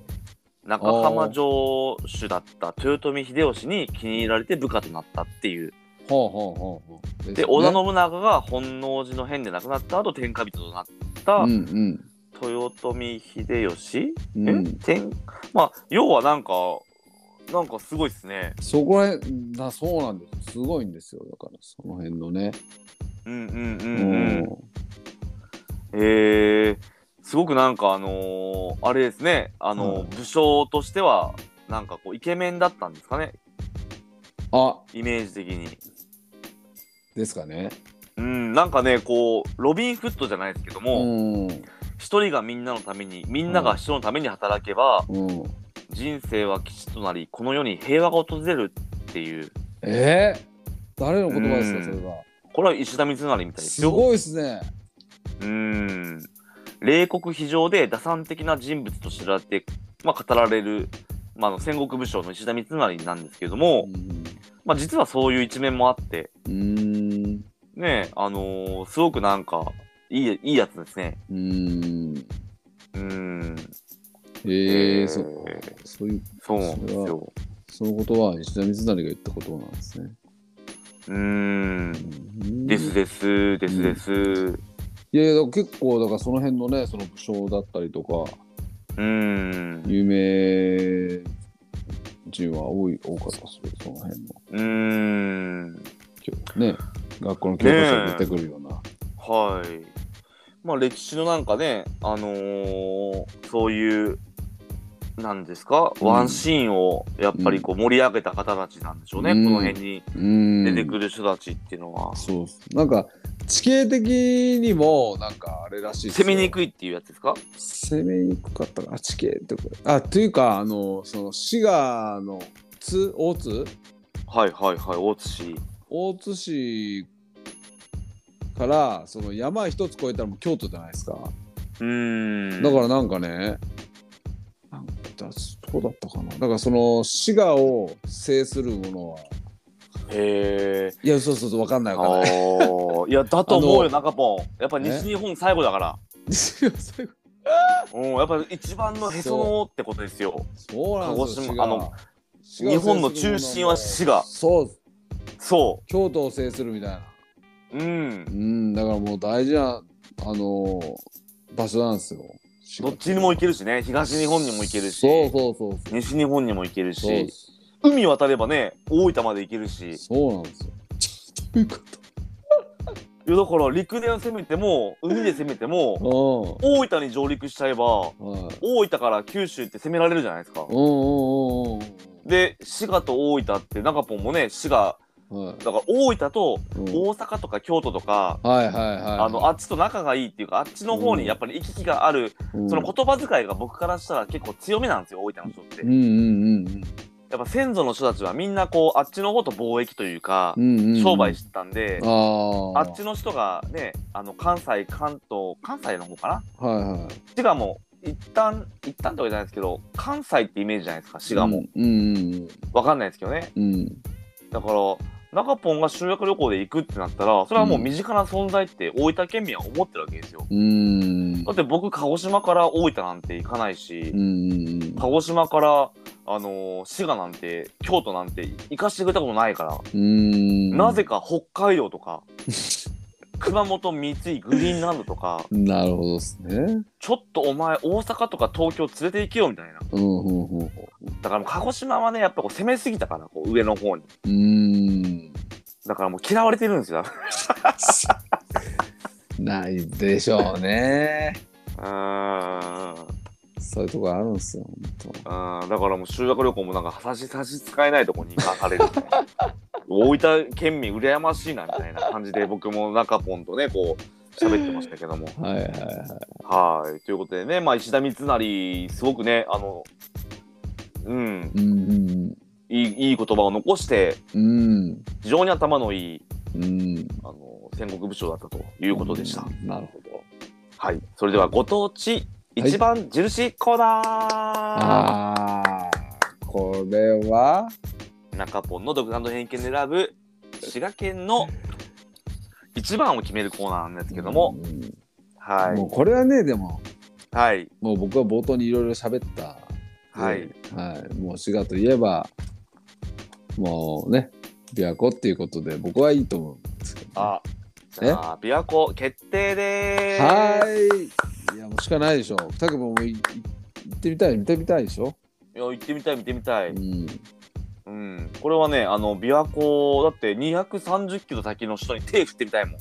Speaker 3: 中浜城主だった豊臣秀吉に気に入られて部下となったっていう。
Speaker 4: ほうほうほうほう。
Speaker 3: で、織田信長が本能寺の変で亡くなった後、天下人となった
Speaker 4: うん
Speaker 3: 豊臣秀吉、
Speaker 4: うん。う
Speaker 3: え
Speaker 4: ん、
Speaker 3: 天まあ、要はなんか、なんかすごいっすね。
Speaker 4: そこらへんだそうなんですすごいんですよだからその辺のね、
Speaker 3: うんうんう
Speaker 4: うん
Speaker 3: うん。えー、すごくなんかあのーあれですね、あのー
Speaker 4: うん
Speaker 3: 武将としては、なんかこう、イケメンだったんですかね、
Speaker 4: あ
Speaker 3: イメージ的に。
Speaker 4: ですかね
Speaker 3: うん、なんかね、こう、ロビン・フットじゃないですけど
Speaker 4: う
Speaker 3: も、
Speaker 4: んうん
Speaker 3: 一人がみんなのためにみんなが人のために働けば、人生は吉となりこの世に平和が訪れるっていう
Speaker 4: えー、誰の言葉です
Speaker 3: うん
Speaker 4: かそれは
Speaker 3: これは石田三成みたいです
Speaker 4: す
Speaker 3: よ
Speaker 4: ごいですね
Speaker 3: うん冷酷非情で打算的な人物と知られて、まあ、語られる、まあ、あの戦国武将の石田三成なんですけども、まあ、実はそういう一面もあって
Speaker 4: うん
Speaker 3: ねえあのーすごくなんかいいいいやつですね
Speaker 4: うんうん
Speaker 3: うん
Speaker 4: ええ
Speaker 3: え
Speaker 4: ー、
Speaker 3: ー
Speaker 4: そそういう
Speaker 3: そうなんですよ
Speaker 4: そのことは石田三成が言ったことなんですね、
Speaker 3: うん
Speaker 4: うん、
Speaker 3: ですですですです、
Speaker 4: いやいやだから結構だからその辺のねその武将だったりとか
Speaker 3: うーん。
Speaker 4: 有名人は多い多かったですよその辺の
Speaker 3: うーん。
Speaker 4: 今日ね学校の教科書に出てくるような、
Speaker 3: はい。まあ歴史のなんかね、あのーそういう、なんですか、
Speaker 4: うん
Speaker 3: ワンシーンをやっぱりこう盛り上げた方たちなんでしょうね、
Speaker 4: うん
Speaker 3: この辺に
Speaker 4: うん
Speaker 3: 出てくる人たちっていうのは。
Speaker 4: そうっすなんか地形的にもなんかあれらしいっすよ
Speaker 3: 攻めにくいっていうやつですか
Speaker 4: 攻めにくかったかあ地形ってこれあというかあのその滋賀の津大津
Speaker 3: はいはいはい、大津市。
Speaker 4: 大津市からその山一つ越えたらもう京都じゃないですか
Speaker 3: うーん。
Speaker 4: だからなんかね、なんかだそうだったかな。だからその滋賀を制するものは、
Speaker 3: へえ。
Speaker 4: いや、そうそうそう、わかんない
Speaker 3: あ
Speaker 4: わかんない。
Speaker 3: ーいや、だと思う
Speaker 4: あ
Speaker 3: よ、中ポン。やっぱ西日本最後だから。
Speaker 4: そうそう
Speaker 3: うん、やっぱ一番のへその緒ってことですよ。
Speaker 4: そうなん
Speaker 3: 鹿児
Speaker 4: ですよ。
Speaker 3: 島
Speaker 4: 滋賀
Speaker 3: あの
Speaker 4: 滋
Speaker 3: 日
Speaker 4: 賀を制するも
Speaker 3: 本の中心は滋賀
Speaker 4: そう、
Speaker 3: そ
Speaker 4: 京都を制するみたいな。
Speaker 3: う。うん
Speaker 4: う。ん、だからもう大事な、あのー場所なんですよ。滋賀
Speaker 3: どっちにも行けるしね、東日本にも行けるし、
Speaker 4: そうそうそうそう。
Speaker 3: 西日本にも行ける
Speaker 4: そうっ
Speaker 3: し、
Speaker 4: す
Speaker 3: 海渡ればね、大分まで行けるし、いや
Speaker 4: そうな んですよ。ちょどういうこ
Speaker 3: だから陸で攻めても、海で攻めても、
Speaker 4: と
Speaker 3: 大分に上陸しちゃえば、
Speaker 4: うん。はい。
Speaker 3: 大分から九州って攻められるじゃないですか
Speaker 4: う。んうんうん
Speaker 3: で、滋賀と大分って、中ポンもね、滋賀、
Speaker 4: うん。はい
Speaker 3: だから大分と
Speaker 4: うん
Speaker 3: 大阪とか京都とか、
Speaker 4: はいはいはい。
Speaker 3: あのあっちと仲がいいっていうか、あっちの方にやっぱり行き来がある、
Speaker 4: うん
Speaker 3: その言葉遣いが僕からしたら結構強めなんですよ、大分の人って。
Speaker 4: うんうんうん
Speaker 3: やっぱ先祖の人たちはみんなこう、あっちの方と貿易というか
Speaker 4: う、んうんうん。
Speaker 3: 商売してたんで、
Speaker 4: ああ
Speaker 3: あっちの人がねあの関西関東関西の方かな
Speaker 4: はいはい
Speaker 3: 滋賀も一旦一旦ってわけじゃないですけど関西ってイメージじゃないですか滋賀も、
Speaker 4: うん
Speaker 3: わかんないですけどね
Speaker 4: うんうん
Speaker 3: だから中ポンが修学旅行で行くってなったらそれはもう身近な存在って大分県民は思ってるわけですよ、
Speaker 4: うん
Speaker 3: だって僕鹿児島から大分なんて行かないし、
Speaker 4: うんうん
Speaker 3: 鹿児島からあのー滋賀なんて京都なんて行かしてくれたことないから、
Speaker 4: うん
Speaker 3: なぜか北海道と か熊本三井グリーンランドとか
Speaker 4: なるほどですね
Speaker 3: ちょっとお前大阪とか東京連れて行けよみたいな。
Speaker 4: うんうんうん
Speaker 3: だからもう鹿児島はね、やっぱこう攻めすぎたから、こう上の方に。
Speaker 4: うん
Speaker 3: だからもう嫌われてるん ですよ。
Speaker 4: ないでしょうね。
Speaker 3: うーん。
Speaker 4: そういうとこあるんですよ、本当。
Speaker 3: うんだからもう修学旅行もなんか差し差し使えないとこに行かされるみたいな大分県民羨ましいなみたいな感じで僕も中ポンとねこう喋ってましたけども
Speaker 4: はいはいは
Speaker 3: はいということでねまあ石田三成すごくねあのうん
Speaker 4: い。うん
Speaker 3: いいいい言葉を残して
Speaker 4: うん。
Speaker 3: 非常に頭のいい
Speaker 4: うん。うん。
Speaker 3: あの戦国武将だったということでした、
Speaker 4: うんなるほど。
Speaker 3: はいそれではご当地一番印コーナー、
Speaker 4: ああー、これは
Speaker 3: 中ポンの独断と偏見で選ぶ滋賀県の一番を決めるコーナーなんですけども、
Speaker 4: うん
Speaker 3: は
Speaker 4: もうこれはね、でも、
Speaker 3: いはい
Speaker 4: もう僕は冒頭にいろいろ喋った。
Speaker 3: はい。
Speaker 4: はい。もう滋賀といえば、もうね、琵琶湖っていうことで、僕はいいと思うんですけど、
Speaker 3: あじゃあ琵琶湖決定でーす
Speaker 4: はーい。いや、もうしかないでしょ。たくももういい行ってみたい、見てみたいでしょ。
Speaker 3: いや行ってみたい見てみたい、
Speaker 4: うん。
Speaker 3: うん、これはねあの琵琶湖だって230キロ先の人に手振ってみたいもん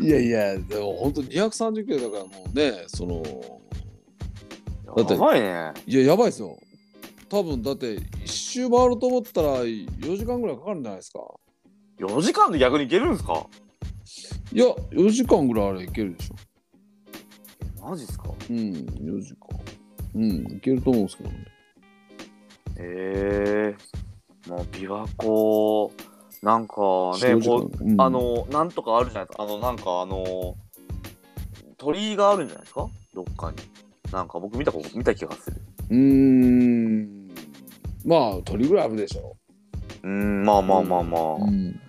Speaker 4: いやいや、でも本当230キロだからもうね、その、だって
Speaker 3: やばいね
Speaker 4: いや、やばいですよ。多分だって一周回ると思ったら4時間ぐらいかかるんじゃないですか。
Speaker 3: 4時間で逆に行けるんですか
Speaker 4: いや、4時間ぐらいあれいけるでしょ。
Speaker 3: えマジっすか
Speaker 4: うん、4時間。うん、いけると思うんですけどね。
Speaker 3: ええもう琵琶湖なんか
Speaker 4: 4
Speaker 3: ね
Speaker 4: 時
Speaker 3: こ
Speaker 4: 間
Speaker 3: う
Speaker 4: うん
Speaker 3: あの、なんとかあるじゃないですか。あの、なんかあの、鳥居があるんじゃないですかどっかに。なんか僕見たこと、見た気がする。
Speaker 4: うーん。まあ、鳥ぐらいあるでしょ。
Speaker 3: うん、まあまあまあまあ。
Speaker 4: うん。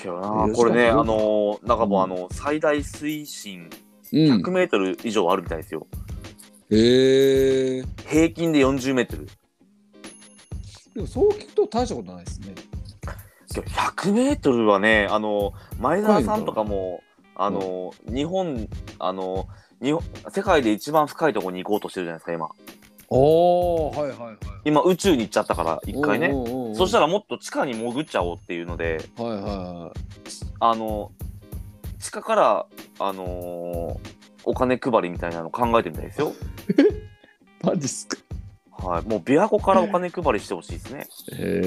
Speaker 3: けどな
Speaker 4: うん
Speaker 3: これね、あ
Speaker 4: よし
Speaker 3: の、なんかもうあ
Speaker 4: うん
Speaker 3: の、最大水深
Speaker 4: うん
Speaker 3: 100、メートル以上あるみたいですよ。
Speaker 4: へえ。
Speaker 3: 平均で40メートル。
Speaker 4: でもそう聞くと大したことないですね。
Speaker 3: けど100メートルはね、あの、前澤さんとかも、あの、日本、あの、日本世界で一番深いところに行こうとしてるじゃないですか、今。
Speaker 4: ああ、はいはいはい。
Speaker 3: 今、宇宙に行っちゃったから、一回ね。
Speaker 4: おうおうおう
Speaker 3: そしたらもっと地下に潜っちゃおうっていうので、
Speaker 4: はいはいは
Speaker 3: あの、地下から、あのーお金配りみたいなの考えてみたいですよ。
Speaker 4: い。マジっすか。
Speaker 3: はい。もう琵琶湖からお金配りしてほしいですね。
Speaker 4: へ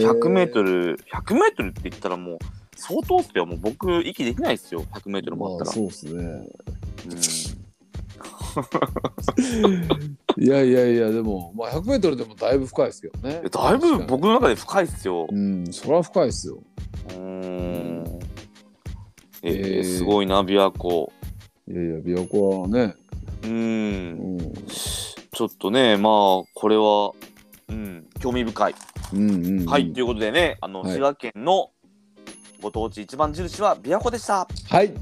Speaker 4: え。
Speaker 3: 100メートル、100メートルって言ったらもう、相当っすよ。もう僕、息できないですよ。100メートルもあった
Speaker 4: まあ、
Speaker 3: ら。
Speaker 4: そうですね。
Speaker 3: うん
Speaker 4: いやいやいや、でも、まあ、100メートルでもだいぶ深いですけどね
Speaker 3: いや。だいぶ僕の中で深いっすよ。
Speaker 4: うん、それは深いですよ。
Speaker 3: うーん。え
Speaker 4: え
Speaker 3: ー
Speaker 4: ー
Speaker 3: すごいな、琵琶湖。
Speaker 4: いやいや、琵琶湖はね、
Speaker 3: う。
Speaker 4: うんん、
Speaker 3: ちょっとね、まあ、これは、うん、興味深い。
Speaker 4: うん、うん。
Speaker 3: はい、ということでね、あの、
Speaker 4: はい
Speaker 3: 滋賀県のご当地一番印は琵琶湖でした。あ
Speaker 4: はい。ありがと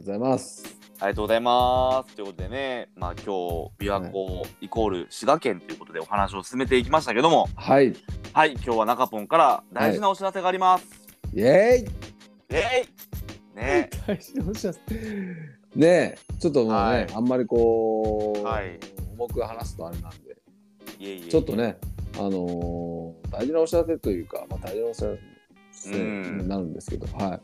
Speaker 4: うございます。
Speaker 3: りがとうございます。ということでね、まあ今日、琵琶湖イコール滋賀県ということでお話を進めていきましたけども、
Speaker 4: はい。イ
Speaker 3: はい、今日は中ポンから大事なお知らせがあります。
Speaker 4: ェーイ
Speaker 3: えいね
Speaker 4: 大事なお知らせ。ねえ、ちょっともうね、
Speaker 3: はい
Speaker 4: あんまりこう、
Speaker 3: はい
Speaker 4: 重く話すとあれなんで、
Speaker 3: いえいえいえ
Speaker 4: ちょっと。ね、あのー大事なお知らせというか、まあ、大事なお知らせになるんですけど、はい。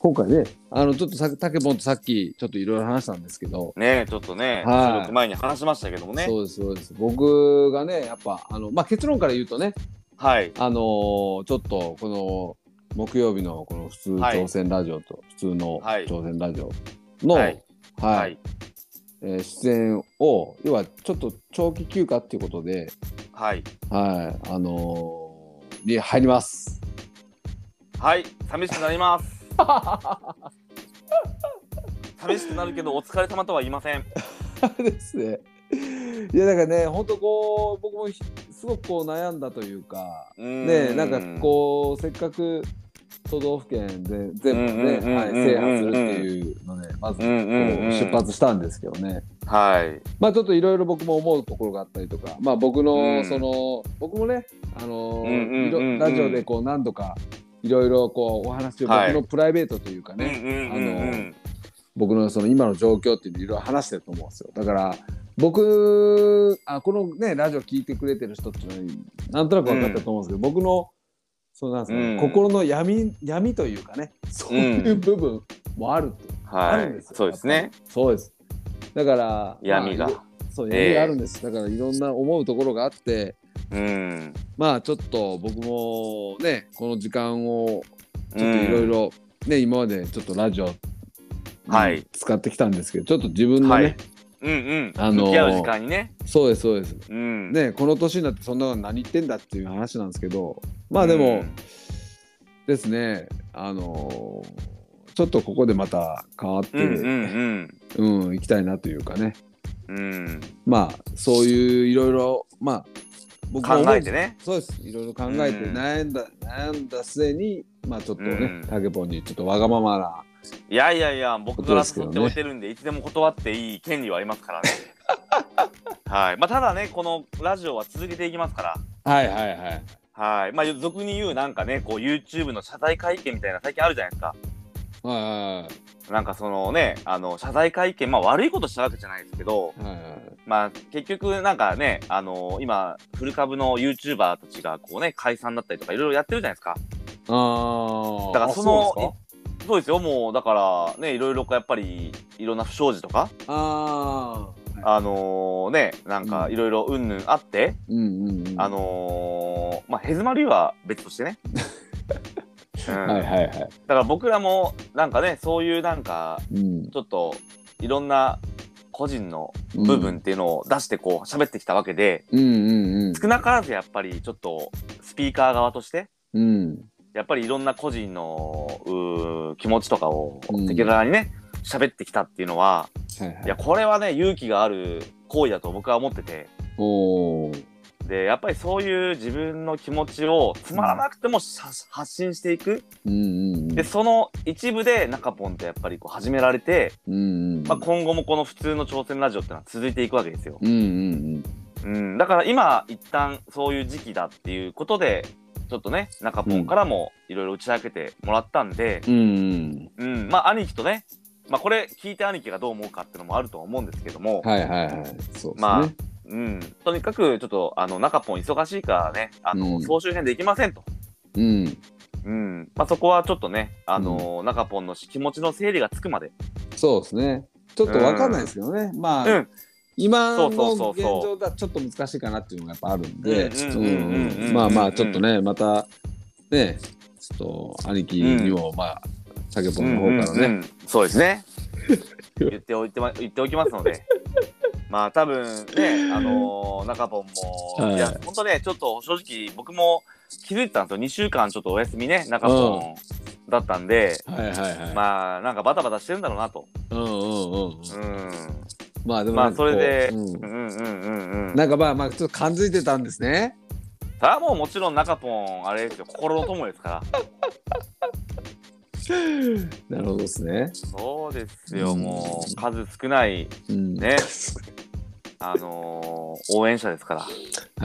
Speaker 4: 今回ね、あの、ちょっとさ、たけぼんとさっき、ちょっといろいろ話したんですけど、
Speaker 3: ねちょっとね、
Speaker 4: はい
Speaker 3: 収録前に話しましたけどもね。
Speaker 4: そうです、そうです。僕がね、やっぱ、あの、まあ、結論から言うとね、
Speaker 3: はい。
Speaker 4: あのーちょっとこの木曜日のこの普通
Speaker 3: はい
Speaker 4: 朝鮮ラジオと普通の
Speaker 3: はい
Speaker 4: 朝鮮ラジオの、
Speaker 3: は
Speaker 4: はいい
Speaker 3: はい。
Speaker 4: えー出演を要はちょっと長期休暇っていうことで、
Speaker 3: はい。
Speaker 4: はいあのーに入ります。
Speaker 3: はい。寂しくなります。 寂しくなるけど、お疲れ様とは言いません。
Speaker 4: ですね。いやだからね本当こう僕もひすごくこう悩んだというか
Speaker 3: ね
Speaker 4: ねなんかこうせっかく都道府県で全部
Speaker 3: うんうんうんうんうん
Speaker 4: ねはい制覇するっていうのでまず
Speaker 3: う
Speaker 4: こ
Speaker 3: ん
Speaker 4: う
Speaker 3: うんうん
Speaker 4: 出発したんですけどね。
Speaker 3: はい。
Speaker 4: まあちょっといろいろ僕も思うところがあったりとか、まあ僕
Speaker 3: うん
Speaker 4: のその、僕もね、あ
Speaker 3: うん
Speaker 4: のー
Speaker 3: うんうんうん
Speaker 4: いろラジオでこう何度かいろいろこうお話を、
Speaker 3: はい
Speaker 4: 僕のプライベートというかね、
Speaker 3: うんうんうんうん
Speaker 4: 僕のその今の状況っていうのいろいろ話してると思うんですよ。だから僕あこのねラジオ聞いてくれてる人っていうのはなんとなく分かったと思うんですけど、僕のそうなんですね、
Speaker 3: うん
Speaker 4: 心の闇闇というかねそういう部分もあると、あ
Speaker 3: は
Speaker 4: るんで
Speaker 3: い
Speaker 4: すよ
Speaker 3: そうですね
Speaker 4: そうですだから
Speaker 3: 闇が
Speaker 4: まあいろそう
Speaker 3: ええ
Speaker 4: 闇があるんです、だからいろんな思うところがあって
Speaker 3: うん
Speaker 4: まあちょっと僕もねこの時間をちょっといろい
Speaker 3: ろ
Speaker 4: ろね、今までちょっとラジオ
Speaker 3: はい
Speaker 4: 使ってきたんですけどちょっと自分のね、
Speaker 3: はいうんうん
Speaker 4: あのー
Speaker 3: 向き合う時間にね
Speaker 4: そうですそうです
Speaker 3: うん
Speaker 4: ねこの年になってそんなの何言ってんだっていう話なんですけどまあでも、
Speaker 3: うん
Speaker 4: ですねあのーちょっとここでまた変わって、
Speaker 3: うんうん
Speaker 4: うん、行きたいなというかね。
Speaker 3: うんうん
Speaker 4: まあ、そういういろいろ、まあ、僕も思う
Speaker 3: 考えてね
Speaker 4: そうです。いろいろ考えて
Speaker 3: うん
Speaker 4: 悩んだ、悩んだ末に、まあちょっと
Speaker 3: うん
Speaker 4: ね、タケポンにちょっとわがままな、
Speaker 3: いやいやいや僕
Speaker 4: こ
Speaker 3: か
Speaker 4: と
Speaker 3: ら
Speaker 4: ですけ
Speaker 3: 誘
Speaker 4: ど
Speaker 3: ってお
Speaker 4: ね
Speaker 3: いてるんでいつでも断っていい権利はありますからね はいまあただねこのラジオは続けていきますから
Speaker 4: はいはいはい。
Speaker 3: はい。まあ、俗に言う、なんかね、こう、YouTube の謝罪会見みたいな、最近あるじゃないですか。
Speaker 4: は
Speaker 3: なんかそのね、あの、謝罪会見、まあ、悪いことしたわけじゃないですけど、
Speaker 4: いはいはい。はいはい
Speaker 3: まあ、結局、なんかね、あの今、古株の YouTuber たちが、こうね、解散だったりとか、いろいろやってるじゃないですか。
Speaker 4: あ
Speaker 3: だ
Speaker 4: あ。
Speaker 3: から
Speaker 4: あ
Speaker 3: そうの
Speaker 4: ですか
Speaker 3: そうですよ、もう、だから、ね、いろいろこう、やっぱり、いろんな不祥事とか、
Speaker 4: ああ。
Speaker 3: あのね、なんか、
Speaker 4: うん
Speaker 3: いろいろうんぬんあって、
Speaker 4: うんうんうん。
Speaker 3: あ、のまあ、ヘズマリューは別として ね。うん、
Speaker 4: はいはいはい。
Speaker 3: だから僕らもなんかねそういうなんか
Speaker 4: うん。
Speaker 3: ちょっといろんな個人の部分っていうのを出してこう喋ってきたわけで、
Speaker 4: うんうんうん。
Speaker 3: 少なからずやっぱりちょっとスピーカー側として
Speaker 4: うん。
Speaker 3: やっぱりいろんな個人のうー気持ちとかを
Speaker 4: うん
Speaker 3: 赤裸々にね喋ってきたっていうのは
Speaker 4: はいはいい。
Speaker 3: やこれはね勇気がある行為だと僕は思ってて。
Speaker 4: おー
Speaker 3: でやっぱりそういう自分の気持ちをつまらなくてもさ発信していく
Speaker 4: うんうんうん。
Speaker 3: でその一部で中ポンってやっぱりこう始められて
Speaker 4: うんうん。
Speaker 3: まあ、今後もこの普通の挑戦ラジオってのは続いていくわけですよ。
Speaker 4: うんうん
Speaker 3: うん、だから今一旦そういう時期だっていうことでちょっとね中ポンからもいろいろ打ち明けてもらったんで、
Speaker 4: うん。うん
Speaker 3: うんまあ兄貴とね、まあ、これ聞いて兄貴がどう思うかってのもあると思うんですけども、
Speaker 4: うん。はいはいはい。そうですね。
Speaker 3: まあうん、とにかくちょっとあの中ポン忙しいからねあの、
Speaker 4: うん
Speaker 3: 総集編できませんと。
Speaker 4: うん。
Speaker 3: うんまあ、そこはちょっとね、あの中ポンの気持ちの整理がつくまで、
Speaker 4: そうですね。ちょっとわかんないですけどね。まあ、
Speaker 3: うん
Speaker 4: 今
Speaker 3: そ
Speaker 4: の
Speaker 3: うそうそう
Speaker 4: 現
Speaker 3: そう
Speaker 4: 状だとちょっと難しいかなっていうのがやっぱあるんで、
Speaker 3: うんうんうんうん
Speaker 4: うんまあまあちょっとね、またね、ちょっと兄貴にも、まあ、タケポンの方からね、
Speaker 3: うんうんうんそうです ね言っておいて、ま、言っておきますのでまあ多分ねあのー中ポンも、
Speaker 4: はい
Speaker 3: い、や本当ねちょっと正直僕も気づいてたんですよ2週間ちょっとお休みね中ポンだったんで、
Speaker 4: はいはいはい。
Speaker 3: まあなんかバタバタしてるんだろうなと
Speaker 4: うんうんうんう
Speaker 3: う
Speaker 4: ん。
Speaker 3: ん
Speaker 4: まあでも
Speaker 3: ま
Speaker 4: な
Speaker 3: あ
Speaker 4: んか
Speaker 3: そ
Speaker 4: こう、
Speaker 3: れで
Speaker 4: う
Speaker 3: う
Speaker 4: ん
Speaker 3: んうんうんうん
Speaker 4: なんかまあまあちょっと感づいてたんですね。
Speaker 3: ただもうもちろん中ポンあれですよ心の友ですから
Speaker 4: なるほどですね。
Speaker 3: そうですよもう数少ない
Speaker 4: うん。
Speaker 3: ねあのー応援者ですから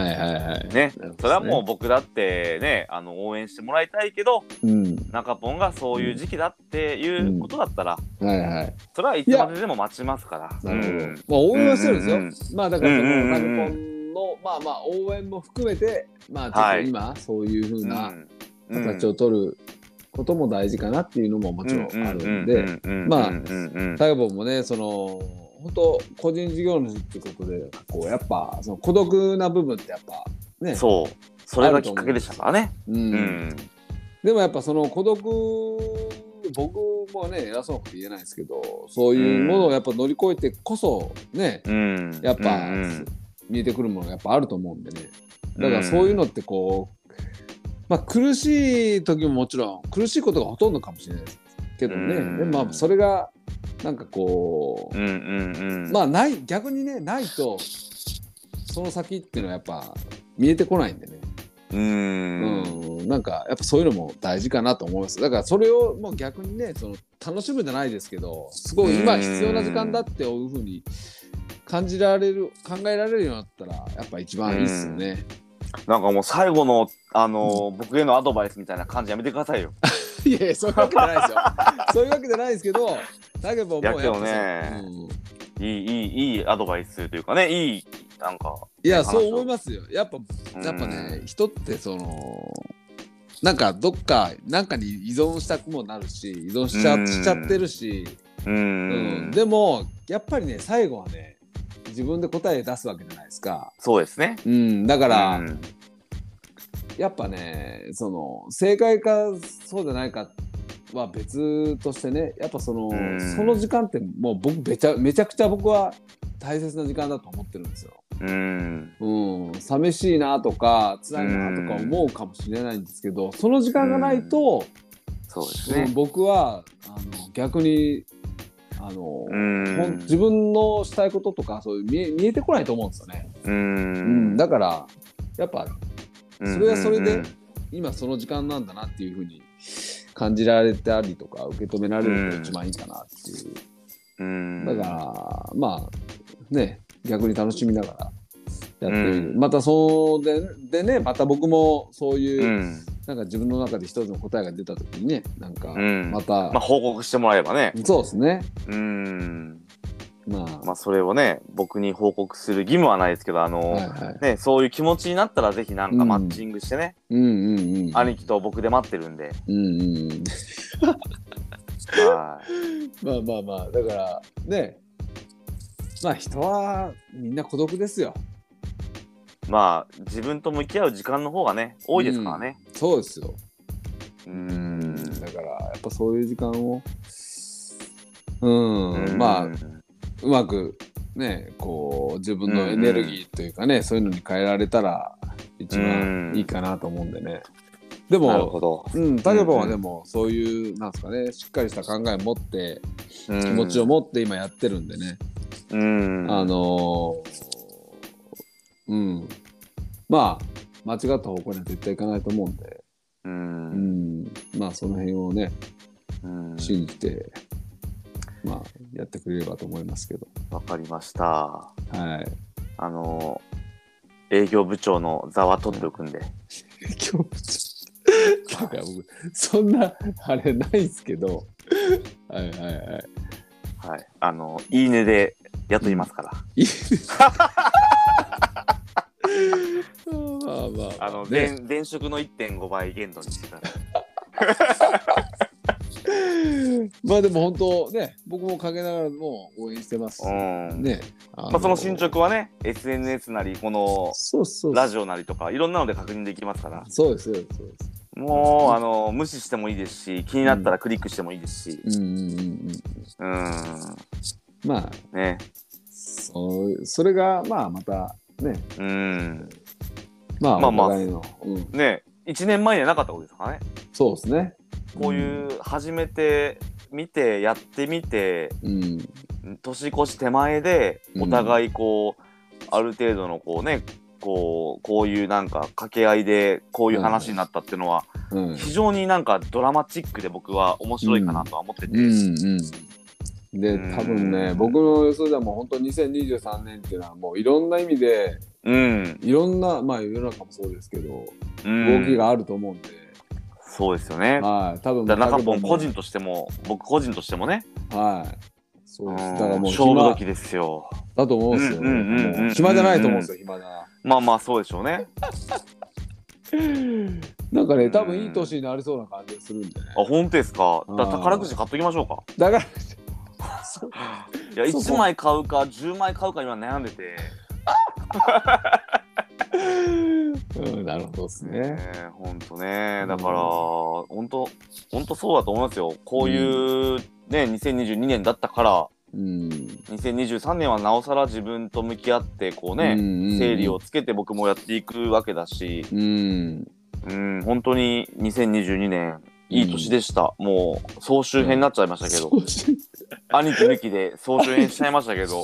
Speaker 4: はいはいはい。
Speaker 3: ね
Speaker 4: なるほどですね
Speaker 3: それはもう僕だってねあの応援してもらいたいけど
Speaker 4: うん。
Speaker 3: 中ポンがそういう時期だっていうことだったら、
Speaker 4: はいはい。
Speaker 3: それはいつまででも待ちますから。
Speaker 4: なるほど。
Speaker 3: うん
Speaker 4: まあ応援はしてるんですよ。
Speaker 3: うんうん
Speaker 4: まあだからそ
Speaker 3: うんうんう
Speaker 4: の
Speaker 3: ん
Speaker 4: タケポンのまあまあ応援も含めてまあちょっと今、そういうふうな
Speaker 3: うん
Speaker 4: 形を取ることも大事かなっていうのももちろんあるんで、、まあタケポンもねその本当個人事業主ってことでこうやっぱその孤独な部分ってやっぱね
Speaker 3: そうそれがきっかけでしたからね。
Speaker 4: う、
Speaker 3: うんん
Speaker 4: でもやっぱその孤独僕もね偉そうなこと言えないですけどそういうものをやっぱ乗り越えてこそね、
Speaker 3: うん、
Speaker 4: やっぱ、
Speaker 3: うん
Speaker 4: 見えてくるものがやっぱあると思うんでねだからそういうのってこう、まあ、苦しい時ももちろん苦しいことがほとんどかもしれないですけどね、
Speaker 3: うん
Speaker 4: でもまあそれがなんかこ
Speaker 3: う
Speaker 4: う、
Speaker 3: んうんうん、
Speaker 4: まあない逆にねないとその先っていうのはやっぱ見えてこないんでね、
Speaker 3: う
Speaker 4: うんんなんかやっぱそういうのも大事かなと思いますだからそれをもう逆にねその楽しむじゃないですけどすごい今必要な時間だっていうふうに感じられる考えられるようになったらやっぱ一番いいっすよね。
Speaker 3: なんかもう最後のあのー僕へのアドバイスみたいな感じやめてくださいよ。
Speaker 4: いやいやそういうわけじゃないで すよ。そういうわけじゃないですけど、だけどもうやっぱ
Speaker 3: いやけどね
Speaker 4: そううん
Speaker 3: いいいいいいアドバイスというかねいいなんか
Speaker 4: いや
Speaker 3: 話を
Speaker 4: そう思いますよ。やっぱやっぱね、人ってそのなんかどっかなんかに依存したくもなるし依存しちゃ,、
Speaker 3: うん
Speaker 4: しちゃってるし、
Speaker 3: う
Speaker 4: うん
Speaker 3: ん。
Speaker 4: でもやっぱりね最後はね自分で答え出すわけじゃないですか、
Speaker 3: そうですね。
Speaker 4: うん、だ
Speaker 3: か
Speaker 4: か、
Speaker 3: らうん
Speaker 4: やっぱねその正解かそうじゃないかは別としてねやっぱその、
Speaker 3: うん
Speaker 4: その時間ってもう僕めちゃめちゃくちゃ僕は大切な時間だと思ってるんですよ。
Speaker 3: うん。
Speaker 4: うん、寂しいなとか辛いなとか思うかもしれないんですけど、その時間がないと、
Speaker 3: そうです
Speaker 4: う
Speaker 3: ね
Speaker 4: ん。僕はあの逆にあの、
Speaker 3: うん
Speaker 4: ほん自分のしたいこととかそういう見え見えてこないと思うんですよね。
Speaker 3: う
Speaker 4: うん、
Speaker 3: ん。
Speaker 4: だからやっぱ
Speaker 3: うん
Speaker 4: それはそれで
Speaker 3: うん
Speaker 4: 今その時間なんだなっていうふうに感じられたりとか受け止められるの
Speaker 3: うん
Speaker 4: が一番いいかなっていう、
Speaker 3: うん。
Speaker 4: だからまあね逆に楽しみながらやってみる、
Speaker 3: うん
Speaker 4: またそうででねまた僕もそういう、
Speaker 3: うん。
Speaker 4: なんか自分の中で一つの答えが出た時にねなんか
Speaker 3: うん
Speaker 4: また、
Speaker 3: まあ、報告してもらえばね。
Speaker 4: そうですね
Speaker 3: うん。
Speaker 4: まあ、
Speaker 3: まあ、それをね、僕に報告する義務はないですけど、あの、
Speaker 4: はいはい
Speaker 3: ね、そういう気持ちになったら、ぜひなんかマッチングしてね、
Speaker 4: うんうんうんうん
Speaker 3: 兄貴と僕で待ってるんで。
Speaker 4: うんうん
Speaker 3: は
Speaker 4: まあまあまあだからねまあ人はみんな孤独ですよ
Speaker 3: い。まあ、自分と向き合う時間の方がね、多いですからね。
Speaker 4: そうですよ
Speaker 3: う
Speaker 4: う
Speaker 3: ん。
Speaker 4: んだからやっぱそういう時間をうん、まあうまくねこう自分のエネルギーというかね、そういうのに変えられたら一番
Speaker 3: うん
Speaker 4: いいかなと思うんでね、で
Speaker 3: なるほ
Speaker 4: も
Speaker 3: ど。
Speaker 4: うんタケポンはでもそういうなんですかねしっかりした考え持って
Speaker 3: うん
Speaker 4: 気持ちを持って今やってるんでね、
Speaker 3: うん。
Speaker 4: あのーうんまあ間違った方向には絶対いかないと思うんで、
Speaker 3: う。
Speaker 4: うんん、まあその辺をね
Speaker 3: うん
Speaker 4: 信じて、まあ、やってくれればと思いますけど。
Speaker 3: わかりました。
Speaker 4: はい。
Speaker 3: あの、営業部長の座は取っておくんで。
Speaker 4: 今日、なんか僕、そんな、あれないですけど、はいはいはい。
Speaker 3: はい。あの、いいねで雇いますから。
Speaker 4: いいです。まあまあまあ、
Speaker 3: あの、
Speaker 4: ね、
Speaker 3: 前前職の1.5倍限度にしてください。
Speaker 4: まあでも本当ね、僕も陰ながらも応援してます。
Speaker 3: うん。
Speaker 4: ね。
Speaker 3: まあ、その進
Speaker 4: 捗
Speaker 3: 捗はね、SNS なり、この
Speaker 4: そうそう。
Speaker 3: ラジオなりとか、いろんなので確認できますから、
Speaker 4: そうです、そうですそうで
Speaker 3: もう、あの、無視してもいいですし、気になったらクリックしてもいいですし、
Speaker 4: す。うんうんうん
Speaker 3: うん、
Speaker 4: うん。まあ、
Speaker 3: ね、
Speaker 4: そうそれが、まあまた、ね、
Speaker 3: うん、
Speaker 4: まあ、
Speaker 3: まあまあ
Speaker 4: お互いの、うん、
Speaker 3: ね、1年前にはなかったことですからね。
Speaker 4: そうですね。
Speaker 3: こういう始めてみてやってみて
Speaker 4: うん、
Speaker 3: 年越し手前で
Speaker 4: うん
Speaker 3: お互いこう、ある程度のこうねこうこういうなんか掛け合いでこういう話になったっていうのは
Speaker 4: うん、うん、
Speaker 3: 非常になんかドラマチックで僕は面白いかなとは思ってて、
Speaker 4: うん。
Speaker 3: う
Speaker 4: で、
Speaker 3: ん
Speaker 4: 多分ね、僕の予想ではもう本当2023年っていうのはもういろんな意味で、
Speaker 3: うん
Speaker 4: いろんな、まあ世の中もそうですけど、
Speaker 3: うん
Speaker 4: 動きがあると思うんで、
Speaker 3: そうですよね。
Speaker 4: はい、多分
Speaker 3: だから中
Speaker 4: も
Speaker 3: 本個人としても僕個人としてもね、
Speaker 4: はい。そう
Speaker 3: うん
Speaker 4: です。だからもう
Speaker 3: 勝負
Speaker 4: 暇
Speaker 3: 時ですよ。
Speaker 4: だと思うんですよ
Speaker 3: うんう
Speaker 4: ね。
Speaker 3: んうんうん
Speaker 4: もう暇じゃないと思うんですよ、暇だな。
Speaker 3: まあまあそうでしょうね。
Speaker 4: なんかね、多分いい年になりそうな感じがするんでね。
Speaker 3: あ本当ですか。だ
Speaker 4: あー
Speaker 3: 宝くじ買っときましょうか。
Speaker 4: だから、
Speaker 3: いや
Speaker 4: そこ
Speaker 3: 1枚買うか10枚買うか今悩んでて、
Speaker 4: うん、なるほどですね。
Speaker 3: えほんとねだから、ほんとほんとそうだと思いますよこういう、ね2022年だったから
Speaker 4: うん。
Speaker 3: 2023年はなおさら自分と向き合ってこうね、整
Speaker 4: 整
Speaker 3: 理を。つけて僕もやっていくわけだし、
Speaker 4: うん。
Speaker 3: うん、本当に2022年いい年でした、もう総集編になっちゃいましたけど、
Speaker 4: そうし
Speaker 3: 兄貴抜きで総集編しちゃいましたけどね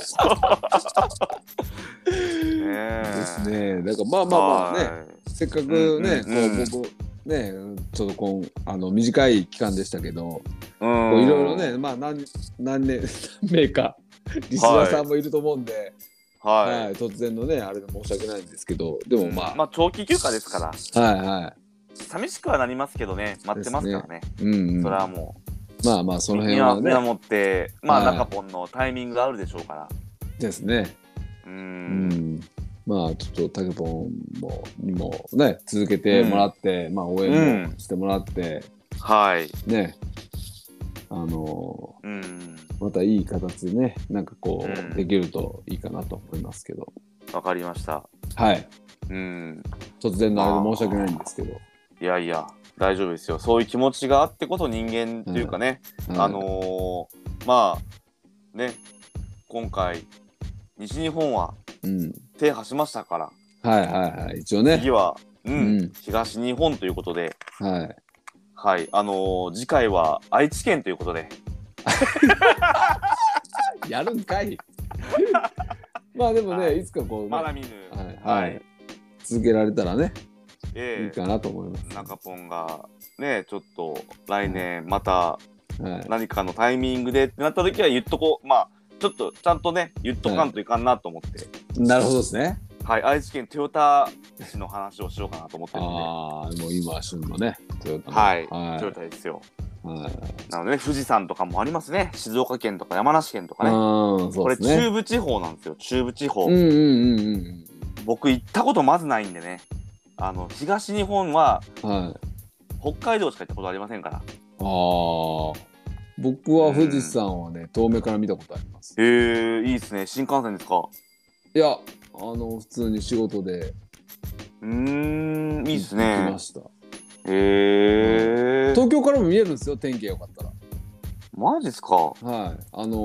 Speaker 3: え
Speaker 4: ですね。だからまあまあまあね、
Speaker 3: はい
Speaker 4: せっかくね、
Speaker 3: うんうんうん
Speaker 4: こう僕ね、ちょっとこうあの短い期間でしたけど、
Speaker 3: う
Speaker 4: こ
Speaker 3: ん
Speaker 4: ういろいろね、まあ何何年 何名かリスナーさんもいると思うんで、
Speaker 3: は、
Speaker 4: はいい、突然のねあれで申し訳ないんですけど、でもまあ、
Speaker 3: まあ長期休暇ですから
Speaker 4: はいは
Speaker 3: 寂しくはなりますけどね待ってますからね
Speaker 4: い、うん、うん、
Speaker 3: それは
Speaker 4: ま
Speaker 3: も
Speaker 4: あまあそうの
Speaker 3: 見
Speaker 4: 辺
Speaker 3: 守
Speaker 4: は
Speaker 3: っ
Speaker 4: ね
Speaker 3: てまあ
Speaker 4: はい
Speaker 3: 中ポンのタイミングがあるでしょうから
Speaker 4: ですね。
Speaker 3: う
Speaker 4: うんん、まあちょっとタケポンもにもね続けてもらって、まあ応援もしてもらって、
Speaker 3: はい。
Speaker 4: ねあの
Speaker 3: うん。
Speaker 4: またいい形でねなんかこう、
Speaker 3: うん
Speaker 4: できるといいかなと思いますけど
Speaker 3: わかりました。
Speaker 4: はい
Speaker 3: うん。
Speaker 4: 突然のあれで申し訳ないんですけど、
Speaker 3: いやいや、大丈夫ですよ。そういう気持ちがあってこそ人間っていうかね、
Speaker 4: はい
Speaker 3: あのーまあ、ね、今回、西日本は
Speaker 4: うん、
Speaker 3: 制覇しましたから、
Speaker 4: はいはいはい一応ね
Speaker 3: 次は、うん、
Speaker 4: うん
Speaker 3: 東日本ということで、
Speaker 4: はい
Speaker 3: はい、あのー次回は愛知県ということで、
Speaker 4: やるんかい まあでも
Speaker 3: は
Speaker 4: ね
Speaker 3: い
Speaker 4: いつかこう、ね
Speaker 3: まだ見ぬ、
Speaker 4: はい、はい、続けられたらねいい
Speaker 3: ええ
Speaker 4: かなと思います、
Speaker 3: 中ポンがねちょっと来年また
Speaker 4: はい、
Speaker 3: 何かのタイミングでってなった時は言っとこうまあちょっとちゃんとね言っとかんといかんなと思って、
Speaker 4: なるほどですね。
Speaker 3: はい、愛知県豊田市の話をしようかなと思ってるんで、
Speaker 4: ああ、もう今は旬のね。トヨタの
Speaker 3: はい、
Speaker 4: は
Speaker 3: 豊田ですよ
Speaker 4: い。はい。
Speaker 3: なので、ね、富士山とかもありますね静岡県とか山梨県とかね
Speaker 4: うん、そ
Speaker 3: こ
Speaker 4: う
Speaker 3: れ
Speaker 4: ですね。
Speaker 3: 中部地方なんですよ中部地方、
Speaker 4: うんうんうんうん
Speaker 3: 僕行ったことまずないんでねあの東日本は
Speaker 4: うん。はい。
Speaker 3: 北海道しか行ったことありませんから
Speaker 4: ああ。僕は富士山はね、遠目から見たことあります。
Speaker 3: へえいいですね新幹線ですか
Speaker 4: いや、あの、普通に仕事で
Speaker 3: うーんいいです
Speaker 4: 行き
Speaker 3: ね
Speaker 4: ました。
Speaker 3: へえ
Speaker 4: 東京からも見えるんですよ、天気が良かったら。
Speaker 3: マジっすか
Speaker 4: はい。あの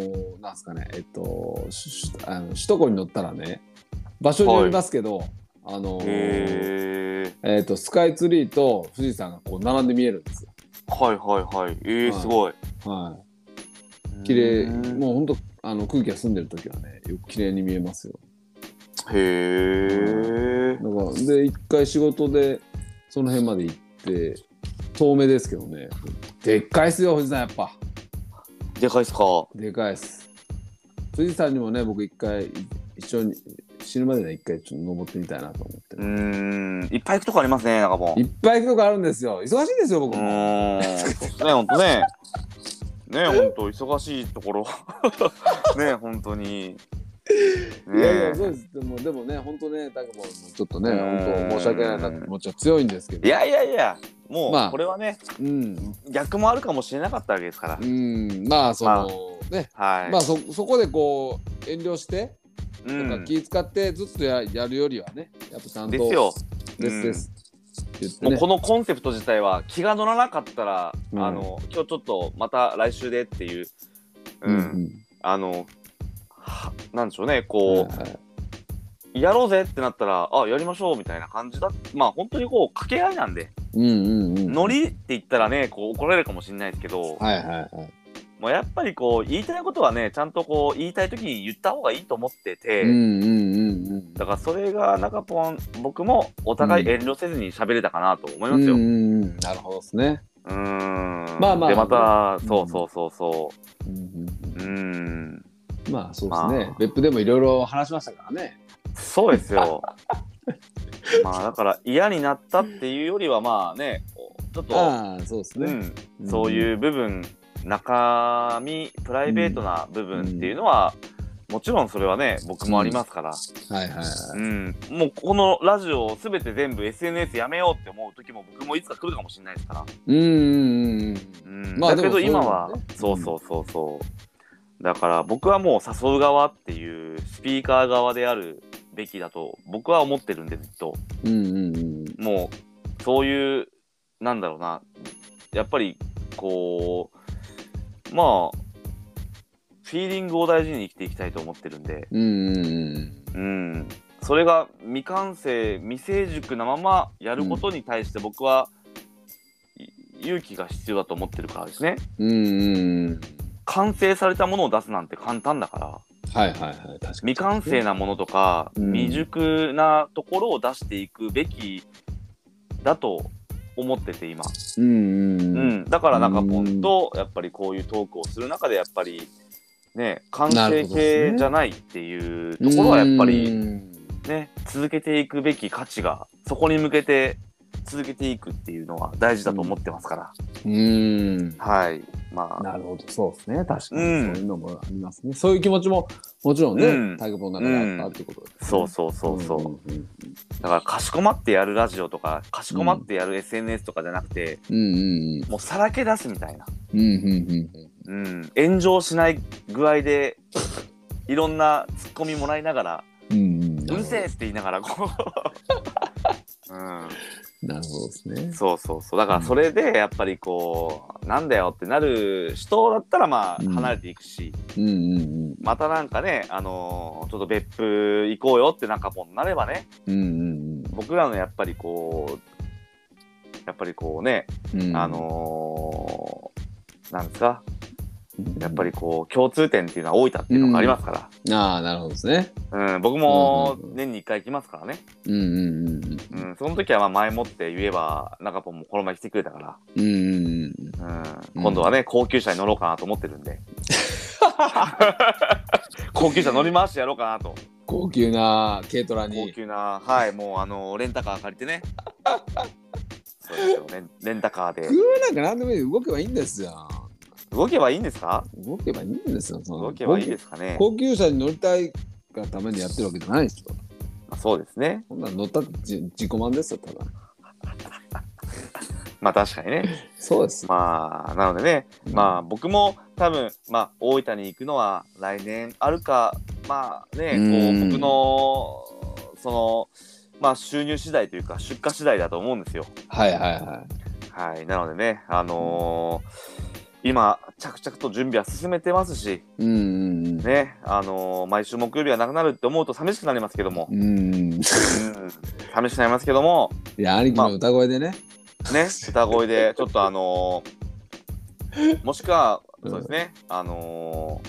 Speaker 4: ー、なんですかね、えっと、ししあの首都高に乗ったらね、場所によりますけど、あのー、
Speaker 3: へえ
Speaker 4: えっと、スカイツリーと富士山がこう並んで見えるんですよ
Speaker 3: はいはいはいえー、
Speaker 4: はい
Speaker 3: すごい
Speaker 4: はい、綺麗
Speaker 3: うん
Speaker 4: もう本当あの空気が澄んでる時はねよく綺麗に見えますよ
Speaker 3: へえ
Speaker 4: だからで一回仕事でその辺まで行って遠目ですけどねでっかいっすよ富士山やっぱ
Speaker 3: でかいっすか
Speaker 4: でかいっす富士山にもね僕一回一緒に死ぬまでね一回ちょっと登ってみたいなと思って
Speaker 3: う
Speaker 4: る、
Speaker 3: ーんいっぱい行くとこありますね中も
Speaker 4: いっぱい行くとこあるんですよ忙しいんですよ
Speaker 3: う
Speaker 4: 僕も、
Speaker 3: ーんそうっすねほんとねねほんと忙しいところ ねほんとに
Speaker 4: いやい
Speaker 3: ね
Speaker 4: やそうですでもでもね本当ねだけどちょっとね
Speaker 3: うん
Speaker 4: 本当申し訳ないなって気持ちは強いんですけど
Speaker 3: いやいやいやも
Speaker 4: ま
Speaker 3: う
Speaker 4: あ
Speaker 3: これはね、
Speaker 4: うん
Speaker 3: 逆もあるかもしれなかったわけですから、
Speaker 4: うん、まあその、ね、
Speaker 3: はい、
Speaker 4: まあそそこでこう遠慮して
Speaker 3: う
Speaker 4: とか
Speaker 3: ん、
Speaker 4: 気使ってずっとややるよりはね、やっぱちゃんと
Speaker 3: ですよ
Speaker 4: ですです、言って
Speaker 3: もう
Speaker 4: ね
Speaker 3: こ、のコンセプト自体は気が乗らなかったら、
Speaker 4: うん
Speaker 3: あの今日ちょっとまた来週でっていう、う
Speaker 4: うんんうん
Speaker 3: あのはなんでしょうね
Speaker 4: はい
Speaker 3: こう、
Speaker 4: はい
Speaker 3: やろうぜってなったらあやりましょうみたいな感じだまあ本当にこう掛け合いなんで、
Speaker 4: うんうんうん、
Speaker 3: ノリって言ったらねこう怒られるかもしれないですけど、
Speaker 4: はいはいはい、
Speaker 3: もうやっぱりこう言いたいことはねちゃんとこう言いたい時に言った方がいいと思ってて。
Speaker 4: うんうんうんうん
Speaker 3: だからそれが中ポン僕もお互い遠慮せずに喋れたかなと思いま
Speaker 4: う
Speaker 3: す
Speaker 4: ん
Speaker 3: よ。
Speaker 4: うんうんなるほどですね、
Speaker 3: うーん
Speaker 4: まあまあ
Speaker 3: でまた、
Speaker 4: うん
Speaker 3: そうそうそうそ
Speaker 4: うんうん
Speaker 3: う。うーん。
Speaker 4: うん、まあそうですね、
Speaker 3: まあ
Speaker 4: 別府でもいろいろ話しましたからね
Speaker 3: そうです よ。まあだから嫌になったっていうよりはまあね、こうちょっと、
Speaker 4: ああそうです
Speaker 3: う
Speaker 4: ね、
Speaker 3: ん、そういう部分、中身、プライベートな部分っていうのは、もちろんそれはね、僕もありますから、
Speaker 4: うんはいはいはい
Speaker 3: うん、もうこのラジオを全て全部 SNS やめようって思う時も僕もいつか来るかもしれないですから。
Speaker 4: うんうんうん
Speaker 3: うん
Speaker 4: まあ
Speaker 3: だけど
Speaker 4: でもそういう
Speaker 3: 今
Speaker 4: のね
Speaker 3: は
Speaker 4: うん
Speaker 3: そうそうそうそうだから僕はもう誘う側っていうスピーカー側であるべきだと僕は思ってるんでずっと
Speaker 4: うんうんうん
Speaker 3: もうそういうなんだろうなやっぱりこうまあフィーリングを大事に生きていきたいと思ってるんで
Speaker 4: うんうんうん
Speaker 3: うんそれが未完成未成熟なままやることに対して僕は、い勇気が必要だと思ってるからですね
Speaker 4: うんうんうん
Speaker 3: 完成されたものを出すなんて簡単だから
Speaker 4: はいはいはい確かに
Speaker 3: 未完成なものとか、
Speaker 4: うん
Speaker 3: 未熟なところを出していくべきだと思ってて今、
Speaker 4: うんうん
Speaker 3: う
Speaker 4: うん
Speaker 3: ん、だからなんかポンとやっぱりこういうトークをする中でやっぱりね完成形じゃないっていうところはやっぱりね続けていくべき価値がそこに向けて続けていくっていうのは大事だと思ってますから、
Speaker 4: うん。
Speaker 3: はいまあ
Speaker 4: なるほど、そうですね。確かに、そう
Speaker 3: うん
Speaker 4: いうのもありますね。そういう気持ちも、もちろんね、
Speaker 3: うん
Speaker 4: タグボの中にあったってことですね、
Speaker 3: そうそうそうそう、
Speaker 4: うんうん
Speaker 3: だからかしこまってやるラジオとかかしこまってやる SNS とかじゃなくて、
Speaker 4: うん
Speaker 3: もうさらけ出すみたいな、
Speaker 4: うんうん。うんうんうんうん。
Speaker 3: うん、炎上しない具合でいろんなツッコミもらいながら
Speaker 4: うんうん
Speaker 3: 「うるせえ!」って言いながらこう、う
Speaker 4: なるほどですね
Speaker 3: ん、。そうそうそうだからそれでやっぱりこうなんだよってなる人だったらまあ
Speaker 4: うん
Speaker 3: 離れていくし、
Speaker 4: うんうん
Speaker 3: またなんかねあのーちょっと別府行こうよってなんかもうなればね
Speaker 4: うん。うん
Speaker 3: 僕らのやっぱりこうやっぱりこうね
Speaker 4: うんうん。
Speaker 3: あ、のーなんですかやっぱ
Speaker 4: り。
Speaker 3: りこう共通点っていうのは大分っていうのがありますから、
Speaker 4: ああ、なるほどですね。
Speaker 3: うん僕も
Speaker 4: うんうんうん
Speaker 3: 年に1回行きますからね、
Speaker 4: うんうんうんう
Speaker 3: う
Speaker 4: ん。
Speaker 3: ん、その時はまあ前もって言えば中ポンもこの前来てくれたか
Speaker 4: うんうんうん。
Speaker 3: ら、う、
Speaker 4: うんん
Speaker 3: 今度はね高級車に乗ろうかなと思ってる んで高級車乗り回してやろうかなと
Speaker 4: 高級な軽ト
Speaker 3: 高
Speaker 4: ラに。
Speaker 3: 級なはいもうあのレンタカー借りてねそうですよレンレンタカーで
Speaker 4: 車なんか何でもいい。動けばいいんですよ。
Speaker 3: 動けばいいんですか
Speaker 4: 動けばいいんですよ。その
Speaker 3: 動けばいいですかね、
Speaker 4: 高級車に乗りたいがためにやってるわけじゃないですよ。
Speaker 3: まあ、そうですね
Speaker 4: こんなん乗ったってじ自己満ですよ、ただ。
Speaker 3: まあ確かにね
Speaker 4: そうです。
Speaker 3: まあなのでねまあ僕も多分、まあ、大分に行くのは来年あるかまあね
Speaker 4: うん
Speaker 3: こう僕のそのまあ収入次第というか出荷次第だと思うんですよ。
Speaker 4: はいはいは
Speaker 3: はい、なのでねあのー今着々と準備は進めてますし
Speaker 4: い。うんうんうん。
Speaker 3: ねあのー毎週木曜日はなくなるって思うと寂しくなりますけども、
Speaker 4: うん。い
Speaker 3: うん、寂しくなりますけども
Speaker 4: や、兄貴の歌声でね。
Speaker 3: ね歌声でちょっとあのーもしくはそうですね、あの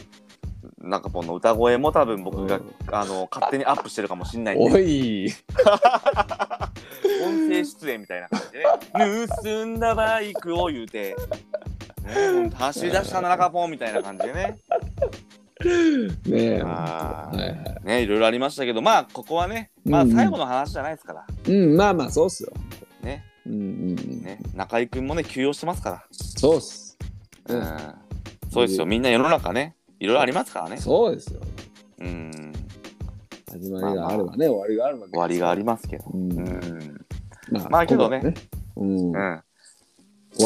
Speaker 3: ー、なんかこの歌声も多分僕が、
Speaker 4: うん
Speaker 3: あのー勝手にアップしてるかもしんないん
Speaker 4: お
Speaker 3: で
Speaker 4: い。
Speaker 3: 音声出演みたいな感じでね盗んだバイクを言うて、ね、走り出したな中ポンみたいな感じでね
Speaker 4: ねえ。
Speaker 3: あ
Speaker 4: はいは
Speaker 3: ねいろいろありましたけどまあここはねまあ
Speaker 4: うんうん
Speaker 3: 最後の話じゃないですから
Speaker 4: い。うん、まあまあ、そうっすよ。
Speaker 3: ね
Speaker 4: うんうんうん。
Speaker 3: ね中居君もね休養してますか
Speaker 4: そうっす。
Speaker 3: ら、
Speaker 4: う
Speaker 3: うんん、そうですよみんな世の中ねいろいろありますからね
Speaker 4: そうですよ。
Speaker 3: うん
Speaker 4: 始まりがあればね、終わりがあるわけです
Speaker 3: 終わりがありますけど、
Speaker 4: うん
Speaker 3: うん
Speaker 4: まあ
Speaker 3: まあけどね。
Speaker 4: うん。
Speaker 3: う
Speaker 4: 終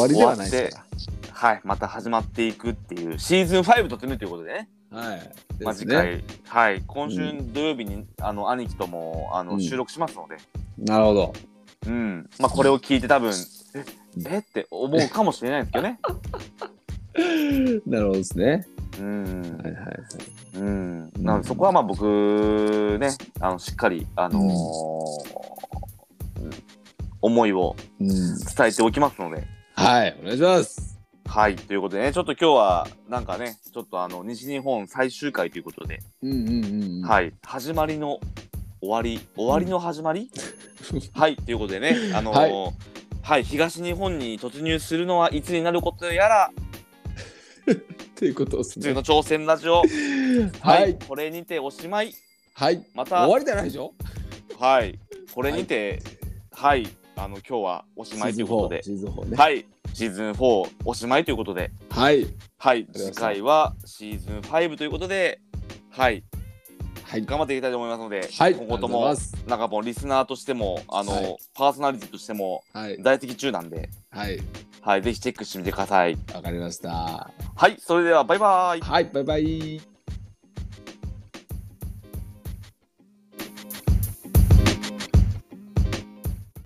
Speaker 3: ん、
Speaker 4: わりではないですか
Speaker 3: はい、また始まっていくっていうシーズン5突入ということでね、
Speaker 4: ら。はい。
Speaker 3: まあ、
Speaker 4: です
Speaker 3: 次
Speaker 4: ね。
Speaker 3: 回、はい、今週
Speaker 4: う
Speaker 3: 土曜日に、あの兄貴ともあの、
Speaker 4: うん
Speaker 3: 収録しますので、
Speaker 4: なるほど。
Speaker 3: うんまあ、これを聞いて多分ええって思うかもしれないですけどね。
Speaker 4: なるほどですね。
Speaker 3: うん
Speaker 4: はいはいはい。
Speaker 3: うん、なのでそこはまあ僕ねあのしっかり、あのーうん思いを
Speaker 4: うん。
Speaker 3: 伝えておきますので。
Speaker 4: はい、お願いします。
Speaker 3: はい、ということでね、ちょっと今日は、なんかね、ちょっとあの、西日本最終回ということで、
Speaker 4: うんうんうんうん。 い。
Speaker 3: はい、始まりの終わり、終わりの始まり、はい、ということでね、あのー
Speaker 4: は
Speaker 3: はい、東日本に突入するのはいつになることやら、
Speaker 4: ということです
Speaker 3: 普通
Speaker 4: ね。
Speaker 3: の挑戦ラジオ、
Speaker 4: は
Speaker 3: はい、
Speaker 4: い。
Speaker 3: これにておしまい、
Speaker 4: はい。
Speaker 3: また、
Speaker 4: 終わりじゃないでしょ
Speaker 3: はい、これにて、はい、あの、今日はおしまいということで、
Speaker 4: シーズン4ね。
Speaker 3: はい、シーズン4おしまいということで、
Speaker 4: はい。
Speaker 3: はい、
Speaker 4: りがとうござい
Speaker 3: 次回
Speaker 4: ます
Speaker 3: はシーズン5ということで、はい、
Speaker 4: はい。
Speaker 3: 頑張っていきたいと思いますので、
Speaker 4: はい。
Speaker 3: 今後と
Speaker 4: ありがうござい
Speaker 3: も
Speaker 4: ま、す
Speaker 3: なんかもうリスナーとしても、あの、
Speaker 4: はい
Speaker 3: パーソナリティとしても、
Speaker 4: はい。
Speaker 3: 在籍中なんで、
Speaker 4: はい。
Speaker 3: はい、ぜひチェックしてみてください。
Speaker 4: わかりました。
Speaker 3: はい、それではバイバイ。
Speaker 4: はい。バイバイ。